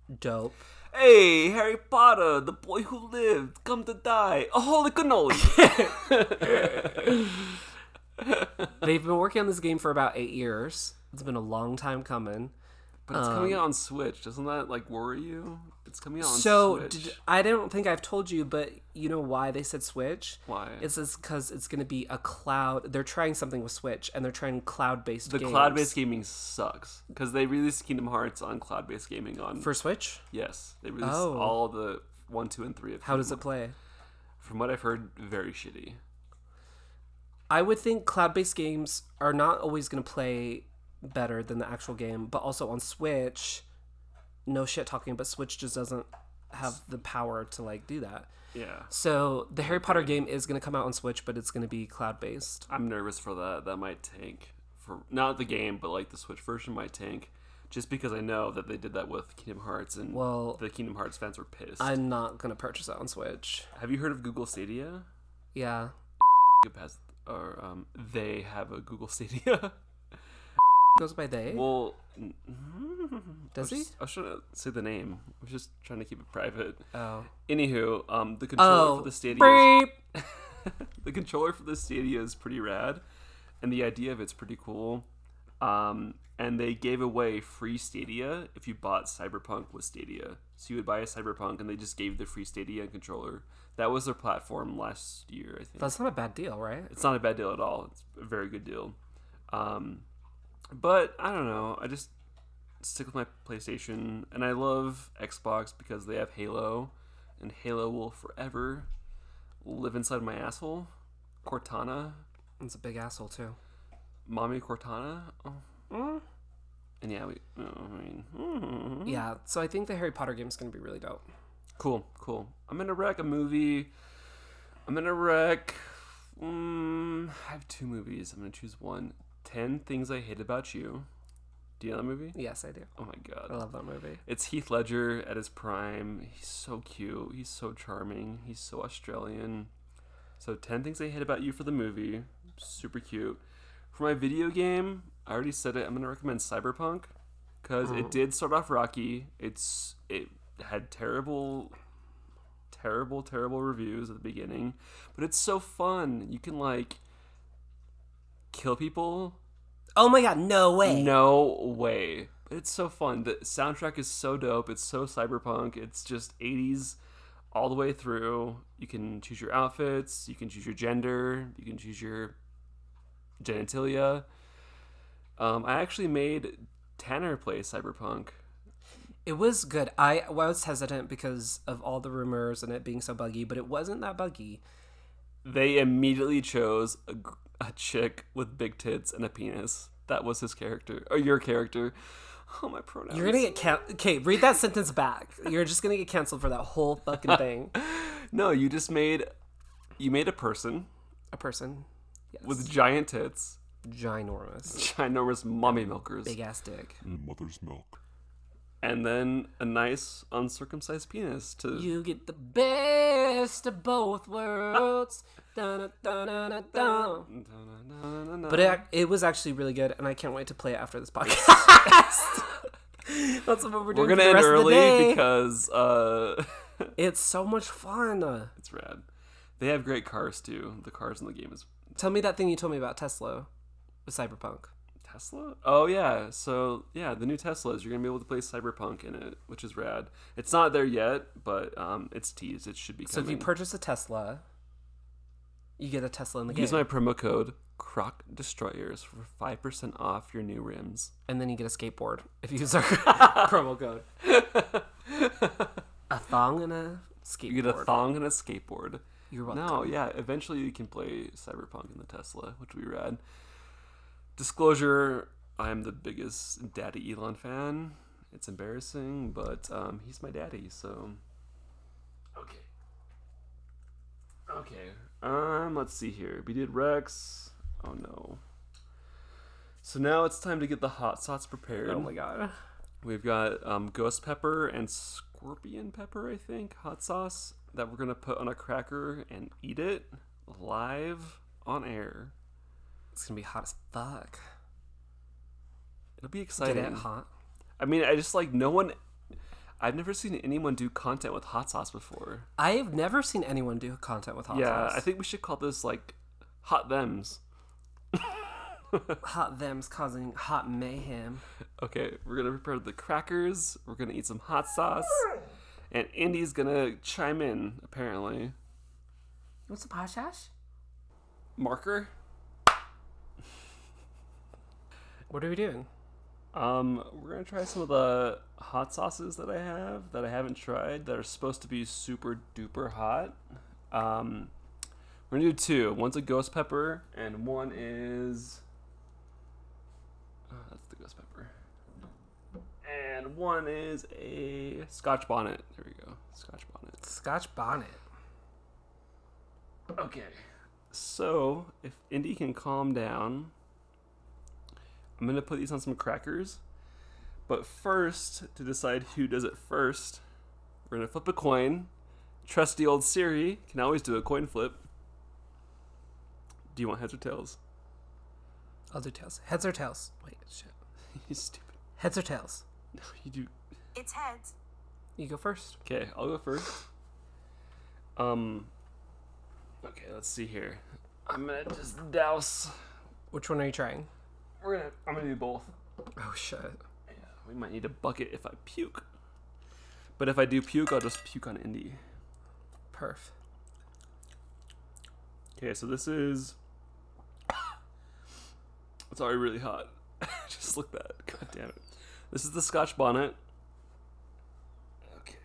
dope.
Hey, Harry Potter, the boy who lived, come to die. A holy cannoli.
They've been working on this game for about eight years. It's been a long time coming.
but it's
Um,
coming out on Switch. Doesn't that like worry you? It's coming out on
so
Switch.
did, I don't think I've told you, but you know why they said Switch?
Why?
It's because it's gonna be a cloud. They're trying something with Switch, and they're trying cloud-based.
The cloud-based gaming sucks because they released Kingdom Hearts on cloud-based gaming on
for Switch.
yes, they released
Oh.
all the one, two, and three of.
How does
Kingdom
it play?
Hearts. From what I've heard, very shitty.
I would think cloud-based games are not always going to play better than the actual game, but also on Switch, no shit talking, but Switch just doesn't have the power to like do that.
Yeah,
So the Harry Potter game is going to come out on Switch, but it's going to be cloud-based.
I'm nervous for that. That might tank for not the game, but like the Switch version might tank. Just because I know that they did that with Kingdom Hearts and
Well-
the Kingdom Hearts fans were pissed.
I'm not gonna purchase it on Switch.
Have you heard of Google Stadia?
Yeah.
Has or um, they have a Google Stadia. *laughs*
Goes by they.
well,
Does
I
he?
was- I shouldn't say the name. I was just trying to keep it private.
Oh.
Anywho, um, the controller
Oh.
for the Stadia. is-
Beep.
the controller for the Stadia is pretty rad, and the idea of it's pretty cool. Um, and they gave away free Stadia if you bought Cyberpunk with Stadia. So you would buy a Cyberpunk, and they just gave the free Stadia and controller. That was their platform last year, I think.
That's not a bad deal, right?
it's not a bad deal at all. It's a very good deal. Um, but I don't know. I just stick with my PlayStation, and I love Xbox because they have Halo, and Halo will forever live inside my asshole. Cortana,
It's a big asshole too.
mommy Cortana. Oh. And yeah, we. oh, I mean, mm.
Yeah. So I think the Harry Potter game's gonna be really dope.
cool, cool. I'm gonna wreck a movie. I'm gonna wreck. Mm, I have two movies. I'm gonna choose one. Ten Things I Hate About You. Do you know that movie?
Yes, I do.
Oh my god.
I love that movie.
It's Heath Ledger at his prime. He's so cute. He's so charming. He's so Australian. So, 10 Things I Hate About You for the movie. Super cute. For my video game, I already said it. I'm going to recommend Cyberpunk because it did start off rocky. It's It had terrible, terrible, terrible reviews at the beginning, but it's so fun. You can, like, kill people
Oh my god! No way.
no way. But it's so fun. The soundtrack is so dope. It's so cyberpunk. It's just 80s all the way through. You can choose your outfits, you can choose your gender, you can choose your genitalia. Um, I actually made Tanner play cyberpunk.
It was good. I, well, I was hesitant because of all the rumors and it being so buggy, but it wasn't that buggy.
They immediately chose a, gr- a chick with big tits and a penis. That was his character, or your character. Oh, my pronouns.
You're gonna get can. Okay, read that sentence back. You're just gonna get canceled for that whole fucking thing.
no, you just made. You made a person
A person, yes,
with giant tits,
ginormous,
*laughs* ginormous mommy milkers,
big ass dick.
Mm.
mother's milk.
and then a nice uncircumcised penis to *laughs*
You get the best of both worlds. Dun-dun-dun-dun-dun.
Da-na-na-na-na.
But it, it was actually really good, and I can't wait to play it after this podcast. *laughs* That's what we're doing.
we're gonna
for the
end
rest of the
early
day.
because uh, *laughs*
it's so much fun.
it's rad. They have great cars too. The cars in the game is
Tell me that thing you told me about Tesla with Cyberpunk.
Tesla. Oh yeah, so yeah, the new Teslas. You're gonna be able to play Cyberpunk in it, which is rad. It's not there yet, but um, it's teased. It should be.
So if you
coming.
purchase a Tesla, you get a Tesla in the game,
use my promo code Croc Destroyers for five percent off your new rims.
and then you get a skateboard *laughs* if you
*laughs*
use our promo code. a thong and a skateboard.
You get a thong and a skateboard.
You're welcome.
No, yeah. Eventually, you can play Cyberpunk in the Tesla, which would be rad. Disclosure: I'm the biggest Daddy Elon fan. It's embarrassing, but um, he's my daddy, so. Okay. Okay. Um. Let's see here. We did Rex. Oh no. So now it's time to get the hot sauce prepared.
Oh my god.
We've got um, ghost pepper and scorpion pepper, I think, hot sauce that we're gonna put on a cracker and eat it live on air.
It's gonna be hot as fuck.
It'll be
Get
exciting.
it hot.
I mean, I just like no one. I've never seen anyone do content with hot sauce before.
I have never seen anyone do content with hot
yeah,
sauce.
I think we should call this like hot thems.
hot them's causing hot mayhem.
Okay, we're gonna prepare the crackers. We're gonna eat some hot sauce, and Andy's gonna chime in apparently.
What's a posh?
Marker.
What are we doing?
Um, we're gonna try some of the hot sauces that I have that I haven't tried that are supposed to be super duper hot. Um, we're gonna do two. One's a ghost pepper, and one is uh, that's the ghost pepper, and one is a Scotch bonnet. There we go, Scotch bonnet.
Scotch bonnet.
Okay. So, if Indy can calm down, I'm going to put these on some crackers. But first, to decide who does it first, we're gonna flip a coin. Trusty old Siri can always do a coin flip. Do you want heads or tails? *laughs*
I'll do tails. Heads or tails? Wait, shit.
you stupid. *laughs*
Heads or tails?
No, you do.
It's heads.
You go first.
Okay, I'll go first. Um. Okay, let's see here. I'm gonna just douse.
Which one are you trying?
We're gonna. I'm gonna do both.
Oh shit.
We might need a bucket if I puke. But if I do puke, I'll just puke on Indy.
Perf.
Okay, so this is. *coughs* It's already really hot. *laughs* Just look that. God damn it. This is the Scotch bonnet. Okay.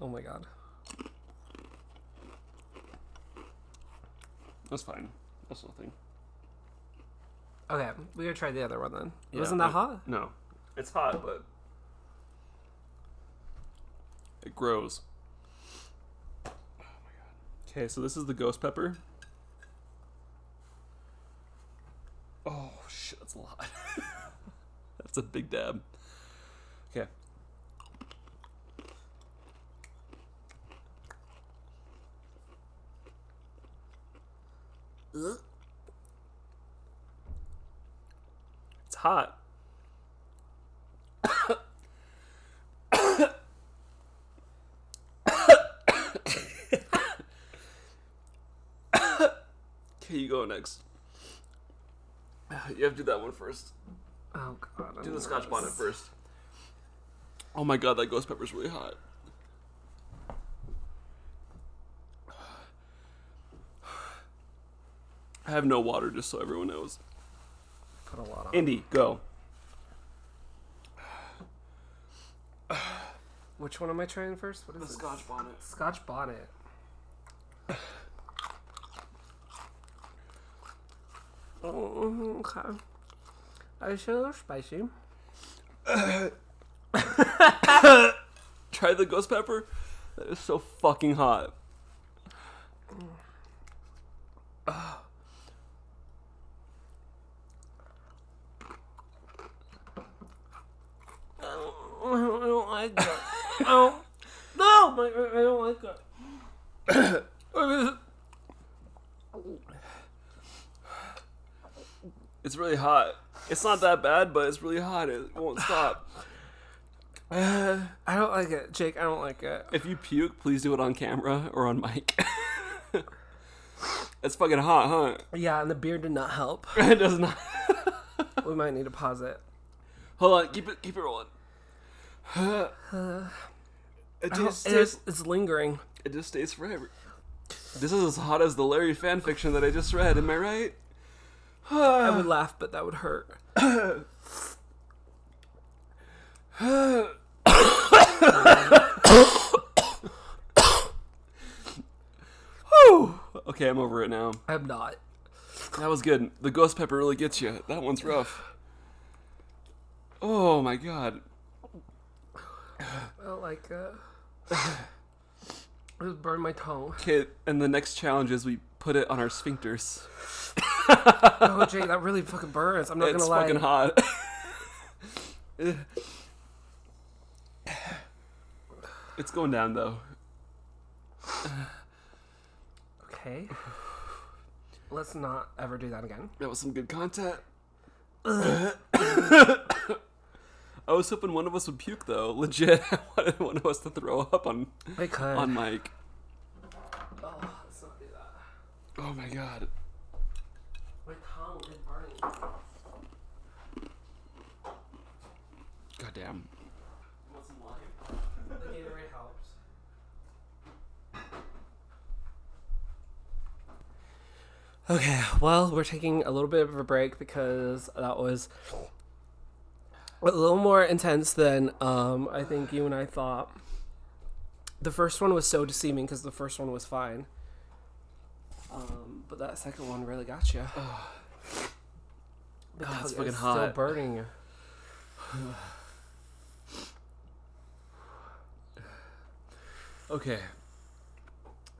Oh my god.
That's fine. That's nothing.
Okay, we gotta try the other one then.
Yeah,
Wasn't that
it-
hot?
No. It's hot, but. It grows. Okay, so this is the ghost pepper. Oh, shit, that's a lot. *laughs* that's a big dab. Okay. It's hot. okay, you go next. You have to do that one first.
Oh god.
Do the scotch bonnet first. Oh my god, that ghost pepper's really hot. I have no water, just so everyone knows.
Put a lot on.
Indy, go.
Which one am I trying first? What is it?
bonnet.
Scotch bonnet. Oh, okay. Are so spicy?
Try the ghost pepper. That is so fucking hot.
Oh, I don't like that. oh, *laughs* no! My, I don't like that.
It's really hot. It's not that bad, but it's really hot. It won't stop.
I don't like it, Jake. I don't like it.
If you puke, please do it on camera or on mic. *laughs* it's fucking hot,
Yeah, and the beer did not *laughs* help.
huh? *laughs* It does not.
we might need to pause it.
Hold on, keep it, keep it rolling. *sighs* It just,
It's,
stays,
it's lingering.
it just stays forever. This is as hot as the Larry fan fiction that I just read. Am I right?
I would laugh, but that would hurt.
Whew. Okay, I'm over it now.
I'm not.
That was good. The ghost pepper really gets you. That one's rough. Oh my god.
I don't like it. I *sighs* just burned my tongue.
Okay, and the next challenge is we put it on our sphincters.
*laughs* Oh, Jake, that really fucking burns. I'm not
It's
gonna lie.
fucking hot. *laughs* it's going down though.
Okay. *sighs* Let's not ever do that again.
That was some good content. *coughs* I was hoping one of us would puke though. *laughs* Legit, I wanted one of us to throw up on
I could. *laughs*
on mic.
oh, let's not do that.
Oh my god.
My tongue is burning.
God damn.
Want some lime? The Gatorade helps. Okay, well, we're taking a little bit of a break because that was a little more intense than um, I think you and I thought. The first one was so deceiving because the first one was fine. Um, but that second one really got you. But
God, it's
tongue
fucking
is Still
hot.
burning.
Okay.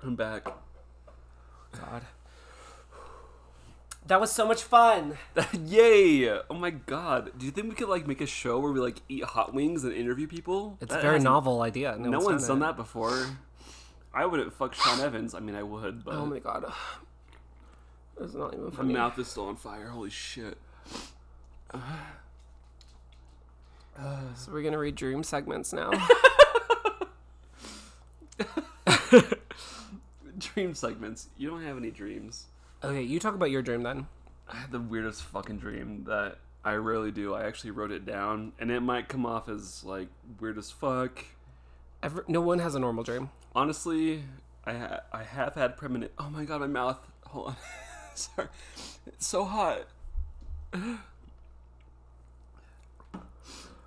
I'm back.
God. That was so much fun.
*laughs* Yay! Oh my god. Do you think we could like make a show where we like eat hot wings and interview people?
It's
That
a very
hasn't-
novel idea. No,
No
one's,
one's done
it.
that before. I wouldn't fuck Sean Evans. I mean, I would, but
Oh my god. It's not even
my
funny.
mouth is still on fire. Holy shit. *laughs*
So we're gonna read dream
*laughs*
segments now.
Dream segments. You don't have any dreams.
okay, you talk about your dream then.
I had the weirdest fucking dream that I really do. I actually wrote it down, and it might come off as like weird as fuck.
Every, no one has a normal dream.
Honestly, I ha- I have had premonition. Oh my god, my mouth. Hold on. *laughs* Sorry. It's so hot.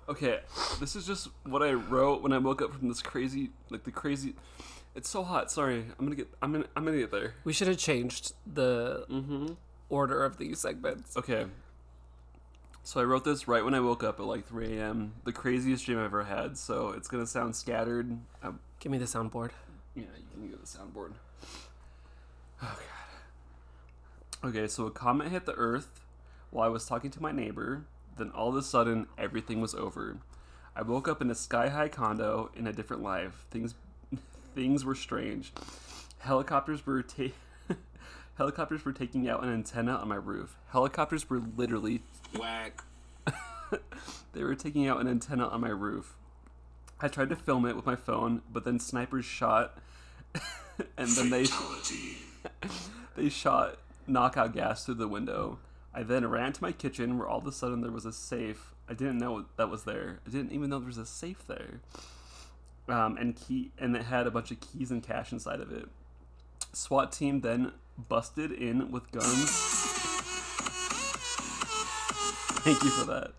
Okay, this is just what I wrote when I woke up from this crazy, like the crazy. It's so hot. Sorry, I'm gonna get. I'm gonna. I'm gonna get there.
We should have changed the
Mm-hmm.
order of these segments.
Okay. So I wrote this right when I woke up at like 3 a.m. The craziest dream I ever had. So it's gonna sound scattered. Um,
Give me the soundboard.
yeah, you can go to the soundboard. Oh god. Okay, so a comet hit the Earth while I was talking to my neighbor. Then all of a sudden, everything was over. I woke up in a sky-high condo in a different life. Things, *laughs* things were strange. Helicopters were ta- *laughs* helicopters were taking out an antenna on my roof. Helicopters were literally
Whack.
*laughs* they were taking out an antenna on my roof. I tried to film it with my phone, but then snipers shot, and then they
Fatality.
*laughs* they shot knockout gas through the window. I then ran to my kitchen, where all of a sudden there was a safe. I didn't know that was there. I didn't even know there was a safe there, um, and key, and it had a bunch of keys and cash inside of it. SWAT team then busted in with guns. Thank you for that.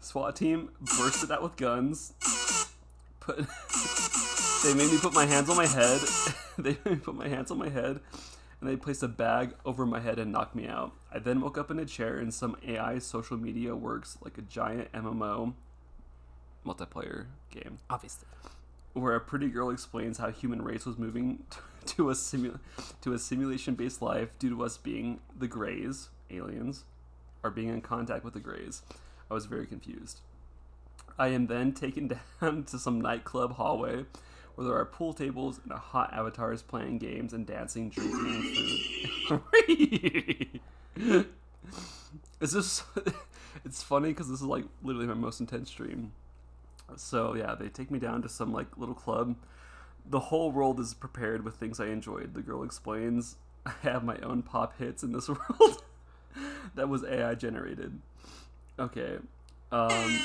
SWAT team bursted out with guns. Put they made me put my hands on my head. *laughs* they made me put my hands on my head, and they placed a bag over my head and knocked me out. I then woke up in a chair in some AI social media works like a giant MMO multiplayer game
Obviously.
where a pretty girl explains how human race was moving *laughs* t- to a simu- to a simulation based life due to us being the Greys, aliens, or being in contact with the Greys. I was very confused. I am then taken *laughs* down to some nightclub hallway where there are pool tables and a hot avatars playing games and dancing, drinking, and food. *laughs* it's just, *laughs* it's funny because this is like literally my most intense dream. So yeah, they take me down to some like little club. The whole world is prepared with things I enjoyed. The girl explains, *laughs* "I have my own pop hits in this *laughs* world that was AI generated." Okay. Um,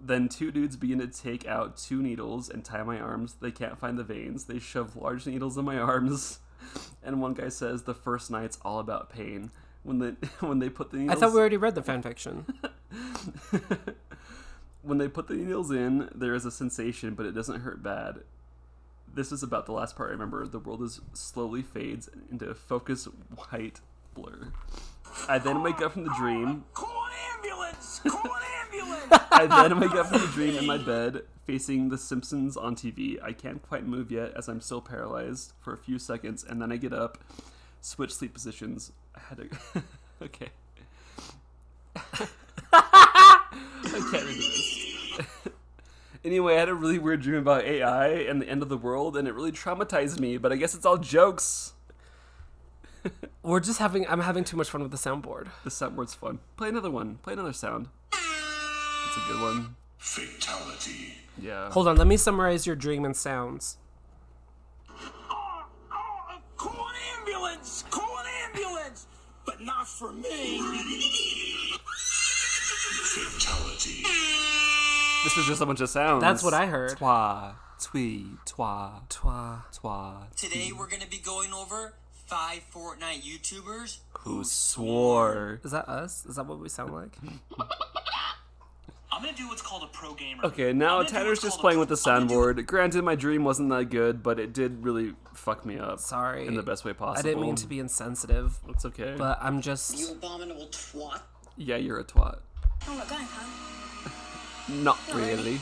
then two dudes begin to take out two needles and tie my arms. They can't find the veins. They shove large needles in my arms, *laughs* and one guy says, "The first night's all about pain." When they *laughs* when they put the
I
needles,
thought we already read the fan fiction. *laughs*
when they put the needles in, there is a sensation, but it doesn't hurt bad. This is about the last part I remember. The world is slowly fades into a focus white blur. I then wake up from the dream.
Call an ambulance! Call an ambulance!
*laughs* I then wake up from the dream in my bed, facing The Simpsons on TV. I can't quite move yet, as I'm still paralyzed for a few seconds, and then I get up, switch sleep positions. I had to. *laughs* okay. I can't read this. anyway, I had a really weird dream about AI and the end of the world, and it really traumatized me, but I guess it's all jokes.
We're just having, I'm having too much fun with the soundboard.
The soundboard's fun. Play another one. Play another sound. It's a good one.
Fatality.
Yeah.
Hold on, let me summarize your dream and sounds.
Oh, oh, call an ambulance! Call an ambulance! But not for me! Fatality.
This is just a bunch of sounds.
That's what I heard.
Twa, twee, twa,
Twa.
twa.
Today we're gonna be going over five Fortnite YouTubers.
Who swore?
Is that us? Is that what we sound like?
I'm gonna do what's called a pro gamer.
Okay, now
I'm gonna do
Tanner's
what's
just
called a-
playing with the
I'm gonna do-
soundboard. Granted, my dream wasn't that good, but it did really fuck me up.
Sorry.
In the best way possible.
I didn't mean to be insensitive,
It's okay.
but I'm just.
You abominable twat.
yeah, you're a twat.
Oh, we're going, huh?
Not really.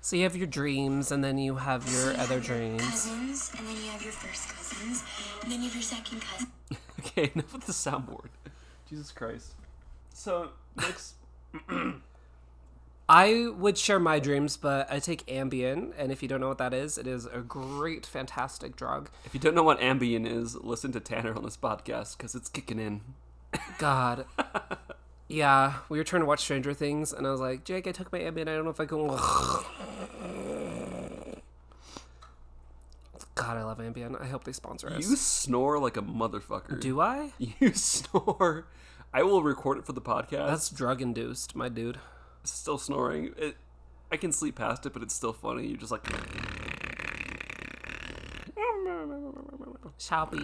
So you have your dreams, and then you have your other dreams.
Cousins, and then you have your first cousins, and then you have your second cousin.
Okay, *laughs* enough with the soundboard. Jesus Chrisst. So next,
I would share my dreams, but I take Ambien, and if you don't know what that is, it is a great, fantastic drug.
*laughs* if you don't know what Ambien is, listen to Tanner on this podcast because it's kicking in. *laughs*
God. yeah, we were trying to watch Stranger Things, and I was like, Jake, I took my Ambien. I don't know if I can. God, I love Ambien. I hope they sponsor us.
You snore like a motherfucker.
Do I?
*laughs* you snore? I will record it for the podcast.
That's drug induced, my dude.
still snoring. It, I can sleep past it, but it's still funny. You're just like,
Shall be.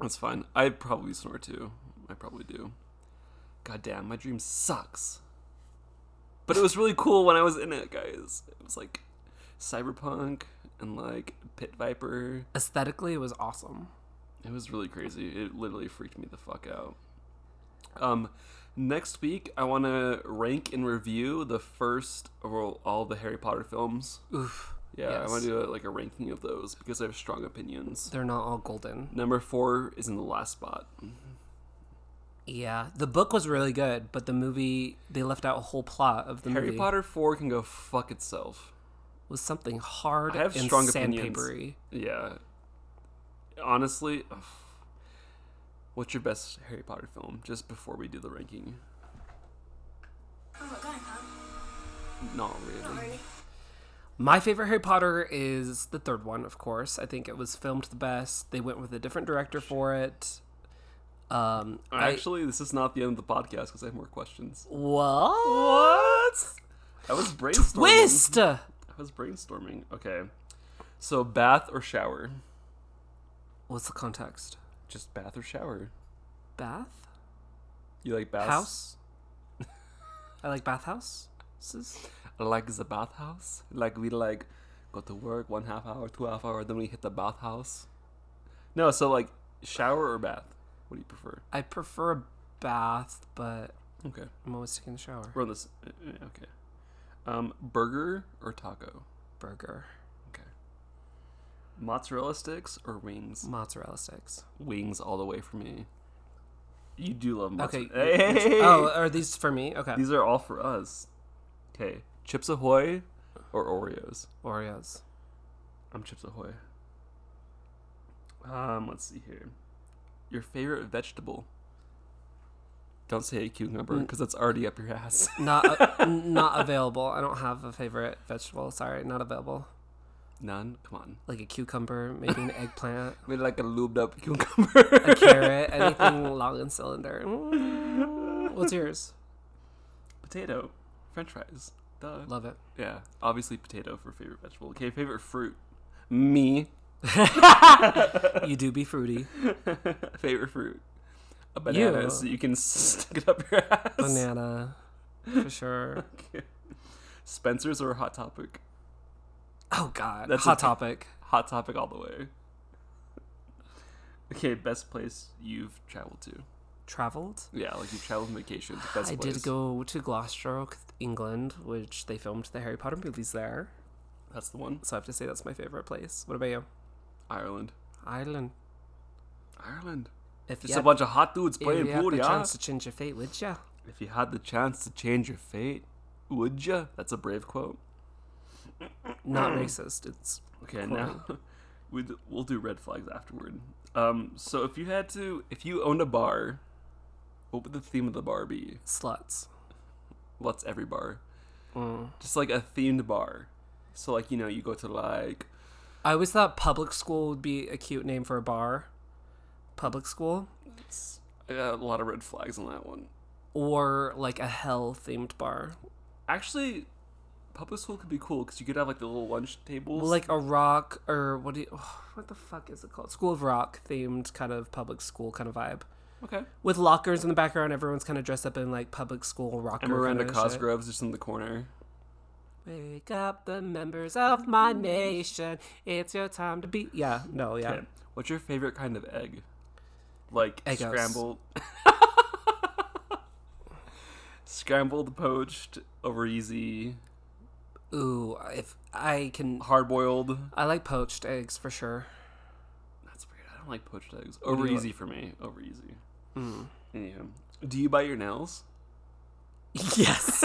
that's fine. I probably snore too. I probably do. God damn, my dream sucks. But it was really cool when I was in it, guys. It was like cyberpunk and like pit viper.
Aesthetically, it was awesome.
It was really crazy. It literally freaked me the fuck out. Um, next week I want to rank and review the first of all- all the Harry Potter films.
Oof.
Yeah, I
Yes.
want to do a, like a ranking of those because I have strong opinions.
They're not all golden.
Number four is in the last spot.
Yeah, the book was really good, but the movie they left out a whole plot of the
Harry
movie.
Potter four can go fuck itself.
was something hard
I have
and
strong opinions.
sandpapery.
Yeah, honestly, ugh. what's your best Harry Potter film? Just before we do the ranking,
Oh, we're going, huh?
not really.
Already?
My favorite Harry Potter is the third one, of course. I think it was filmed the best. They went with a different director for it. Um, I-
Actually, this is not the end of the podcast because I have more questions.
what?
I
*gasps*
was brainstorming.
Twist.
I was brainstorming. Okay, so bath or shower?
What's the context?
Just bath or shower?
Bath
You like baths?
house. I like bathhouse. It's
like the bathhouse. Like we like go to work one half hour, two half hour, then we hit the bathhouse. No, so like shower or bath? What do you prefer?
I prefer a bath, but
Okay,
I'm always taking a shower.
we're on this. uh, uh, Okay, um, burger or taco?
Burger,
Okay, mozzarella sticks or wings?
mozzarella sticks.
Wings all the way for me. You do love
Okay.
mozzarella. *laughs*
which-
Hey!
Oh, are these for me? Okay.
these are all for us. Okay, Chips Ahoy or Oreos?
Oreos.
I'm Chips Ahoy. Um, let's see here. Your favorite vegetable? Don't say a cucumber because that's already up your ass. *laughs*
Not uh, not available. I don't have a favorite vegetable. Sorry, not available.
None. Come on.
Like a cucumber, maybe an eggplant,
We like a lubed up cucumber. *laughs*
a carrot, anything long and cylinder. Mm. What's yours?
potato. French fries. Duh.
Love it.
Yeah. Obviously, potato for favorite vegetable. Okay, favorite fruit. Me.
You do be fruity.
favorite fruit. A banana
You.
so you can *laughs* stick it up your ass.
Banana, for sure.
Okay. Spencer's or Hot Topic?
Oh God,
That's
hot
okay.
topic.
Hot topic all the way. Okay, best place you've traveled to?
Traveled.
Yeah, like you traveled on vacation. Best
I
place.
did go to Gloucester, England, which they filmed the Harry Potter movies there.
That's the one.
So I have to say that's my favorite place. What about you?
Ireland.
Ireland.
Ireland.
If
Just
you
a
had-
bunch of hot dudes
if
playing
you had
pool,
the
yeah.
chance to change your fate, would ya?
If you had the chance to change your fate, would ya? That's a brave quote.
Not racist. It's
Okay, now *laughs* we d- we'll do red flags afterward. Um, so if you had to, if you owned a bar, what would the theme of the bar be?
sluts.
what's every bar
Mm.
just like a themed bar so like you know you go to like
I always thought public school would be a cute name for a bar. Public school
I got a lot of red flags on that one
or like a hell themed bar.
actually public school could be cool because you could have like the little lunch tables
Well, like a rock or what do you what the fuck is it called? School of Rock themed kind of public school kind of vibe.
okay
With lockers in the background, everyone's kind of dressed up in like public school rocker.
and miranda
kinda shit.
cosgrove's just in the corner
Wake up the members of my nation. It's your time to be. Yeah, no, yeah.
okay. what's your favorite kind of egg like
Eggos.
*laughs* scrambled scrambled poached over easy
Ooh, if I can
hard boiled
I like poached eggs for sure.
that's weird i don't don't like poached eggs. Over easy for me. Over easy.
Hmm.
Anywho, do you bite your nails?
*laughs* Yes.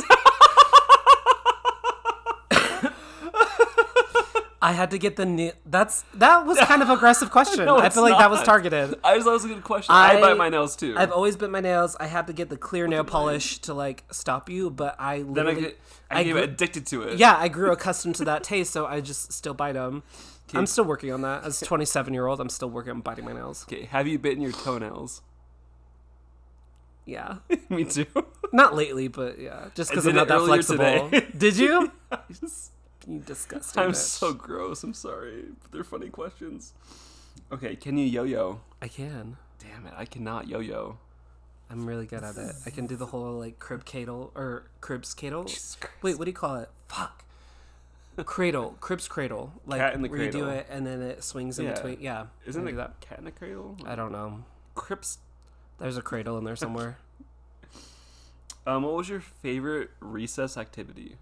I had to get the nail. That's that was kind of aggressive
*laughs*
question.
No,
I
it's
feel like that was
not.
targeted.
*laughs* I just thought it was a good question. I,
I-
bite my nails too.
I've always bit my nails. I had to get the clear nail polish to like stop you, but I
then I
literally,
get, I, get
grew-
addicted to it.
yeah, I grew accustomed to that taste, so I just still bite them. I'm still working on that. As a 27 year old, I'm still working on biting my nails.
Okay. Have you bitten your toenails? *laughs*
Yeah,
me too.
not lately, but yeah, just because
I
I'm
did
not
it
that
earlier
flexible.
today.
*laughs*
*laughs*
Did you?
I just-
You
*laughs*
disgusting.
I'm
bitch.
so gross. I'm sorry. But they're funny questions. Okay. Can you yo-yo?
I can.
Damn it! I cannot yo-yo.
I'm really good at it. I can do the whole like crib cradle or cribs cradle. Wait, what do you call it? Fuck. Cradle, cribs cradle, like
Cat in the
where you do
cradle.
it and then it swings in
Yeah.
between. Yeah,
Isn't
I
it
do that?
cat in a cradle?
I don't know.
Crips.
There's a cradle in there somewhere.
Um, what was your favorite recess activity?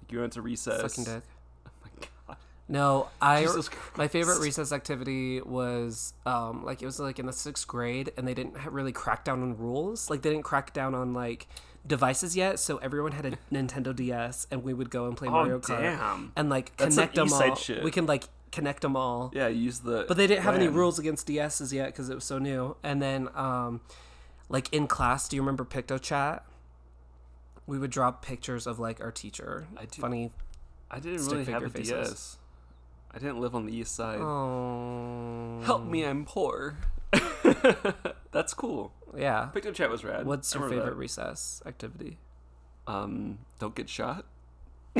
Like you went to recess.
Fucking dick.
Oh *laughs* my god.
No, I
Jesus
my favorite
Christ.
recess activity was um like it was like in the sixth grade and they didn't ha- really crack down on rules like they didn't crack down on like devices yet so
*laughs*
everyone had a Nintendo DS and we would go and play Mario Kart
Oh, damn.
and like
That's some
connect them
East Side
all
shit.
we can like connect them all
Yeah, you used the.
but they didn't have any
RAM.
rules against DSs yet because it was so new and then um like in class do you remember PictoChat we would draw pictures of like our teacher
I do.
funny
I didn't
stick
really have
figure
a
faces.
DS. I didn't live on the east side.
oh
Help me, I'm poor. *laughs* That's cool.
yeah
Picto chat was rad.
What's
I
your
remember
favorite
that.
recess activity?
Um, don't get shot. *laughs*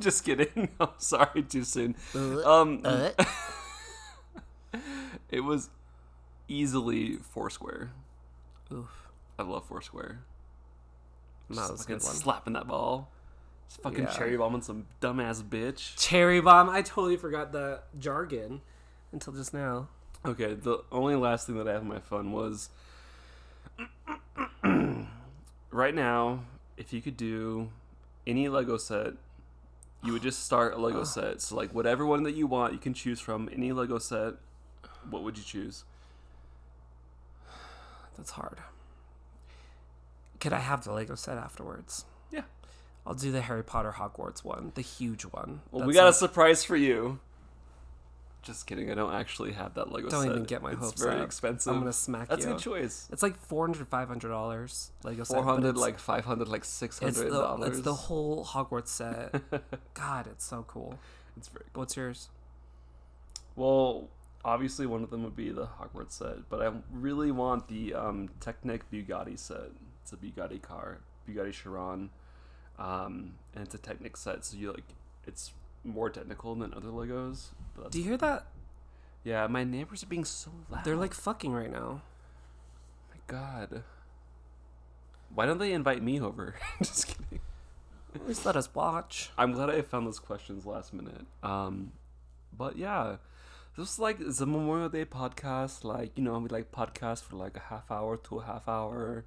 Just kidding. *laughs* I'm sorry, too soon.
Uh,
Um, *laughs* it was easily Foursquare.
Oof.
I love Foursquare.
No,
Just
that's a
fucking
good one.
slapping that ball. Just fucking
Yeah.
cherry bombing some dumbass bitch.
Cherry bomb. I totally forgot the jargon until just now.
Okay, the only last thing that I have on my phone was *clears throat* right now, if you could do any Lego set, you would just start a
*sighs*
Lego set. So like whatever one that you want, you can choose from any Lego set. What would you choose?
That's hard. Could I have the Lego set afterwards?
Yeah.
I'll do the Harry Potter Hogwarts one, the huge one.
Well,
That's
we got a
like-
surprise for you. Just kidding. I don't actually have that Lego
Don't
set.
even get my
it's
hopes
very
up. I'm
expensive.
gonna smack
That's
you.
a good choice.
It's like four hundred, five hundred dollars Lego set. but
Four hundred,
it's-
like five hundred, like six
it's
hundred
the,
dollars.
it's the whole
*laughs*
Hogwarts set. God, it's so cool.
It's very cool.
What's yours?
Well, obviously one of them would be the Hogwarts set, but I really want the um, Technic Bugatti set. It's a Bugatti car, Bugatti Chiron, um, and it's a Technic set. So you like, it's more technical than other Legos. But
Do you hear that?
yeah, my neighbors are being so loud. Oh
They're like fucking right now.
my God. Why don't they invite me over? *laughs* Just kidding.
At least let us watch.
I'm glad I found those questions last minute. Um, but yeah, this is like it's a Memorial Day podcast. Like you know, we like podcast for like a half hour to a half hour.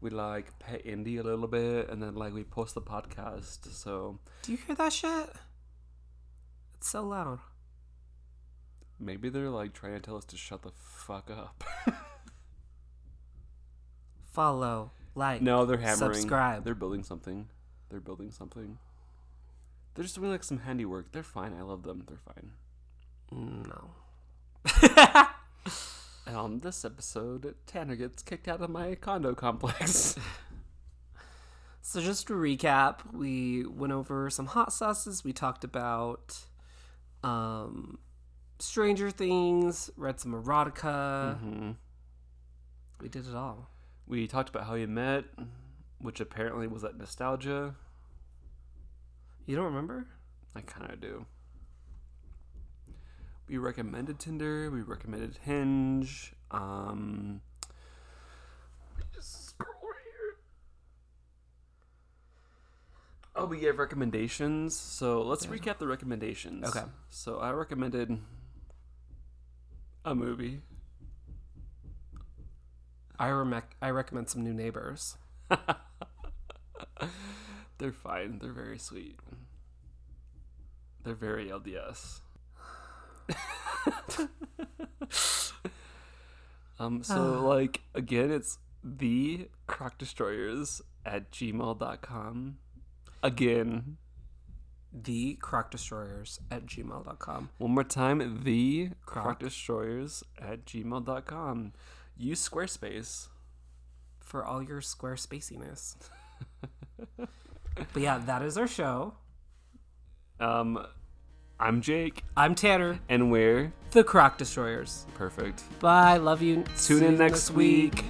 We like pet indie a little bit, and then like we post the podcast. So
Do you hear that shit? It's so loud.
maybe they're like trying to tell us to shut the fuck up.
Follow,
*laughs*
like.
no, they're hammering.
Subscribe.
They're building something. They're building something. They're just doing like some handiwork. They're fine. I love them. They're fine.
no. *laughs*
And on this episode, Tanner gets kicked out of my condo complex. *laughs*
So just to recap, we went over some hot sauces. We talked about um, Stranger Things. Read some erotica.
Mm-hmm.
We did it all.
We talked about how you met, which apparently was at nostalgia.
You don't remember?
I kind of do. We recommended Tinder. We recommended Hinge. Um, let me just scroll right here. Oh, we gave recommendations. So let's recap the recommendations.
Okay.
So I recommended a movie.
I rec- I recommend some new neighbors.
They're fine. They're very sweet. They're very LDS. *laughs* Um, so, like, again, it's the croc destroyers at gmail.com. Again,
The croc destroyers at gmail.com.
One more time, the
Croc.
croc destroyers at gmail.com. Use Squarespace.
for all your square spaciness. but yeah, that is our show.
Um, I'm Jake,
I'm Tanner,
and we're
the Croc Destroyers.
perfect.
Bye. Love you. See
Tune
you
in next week.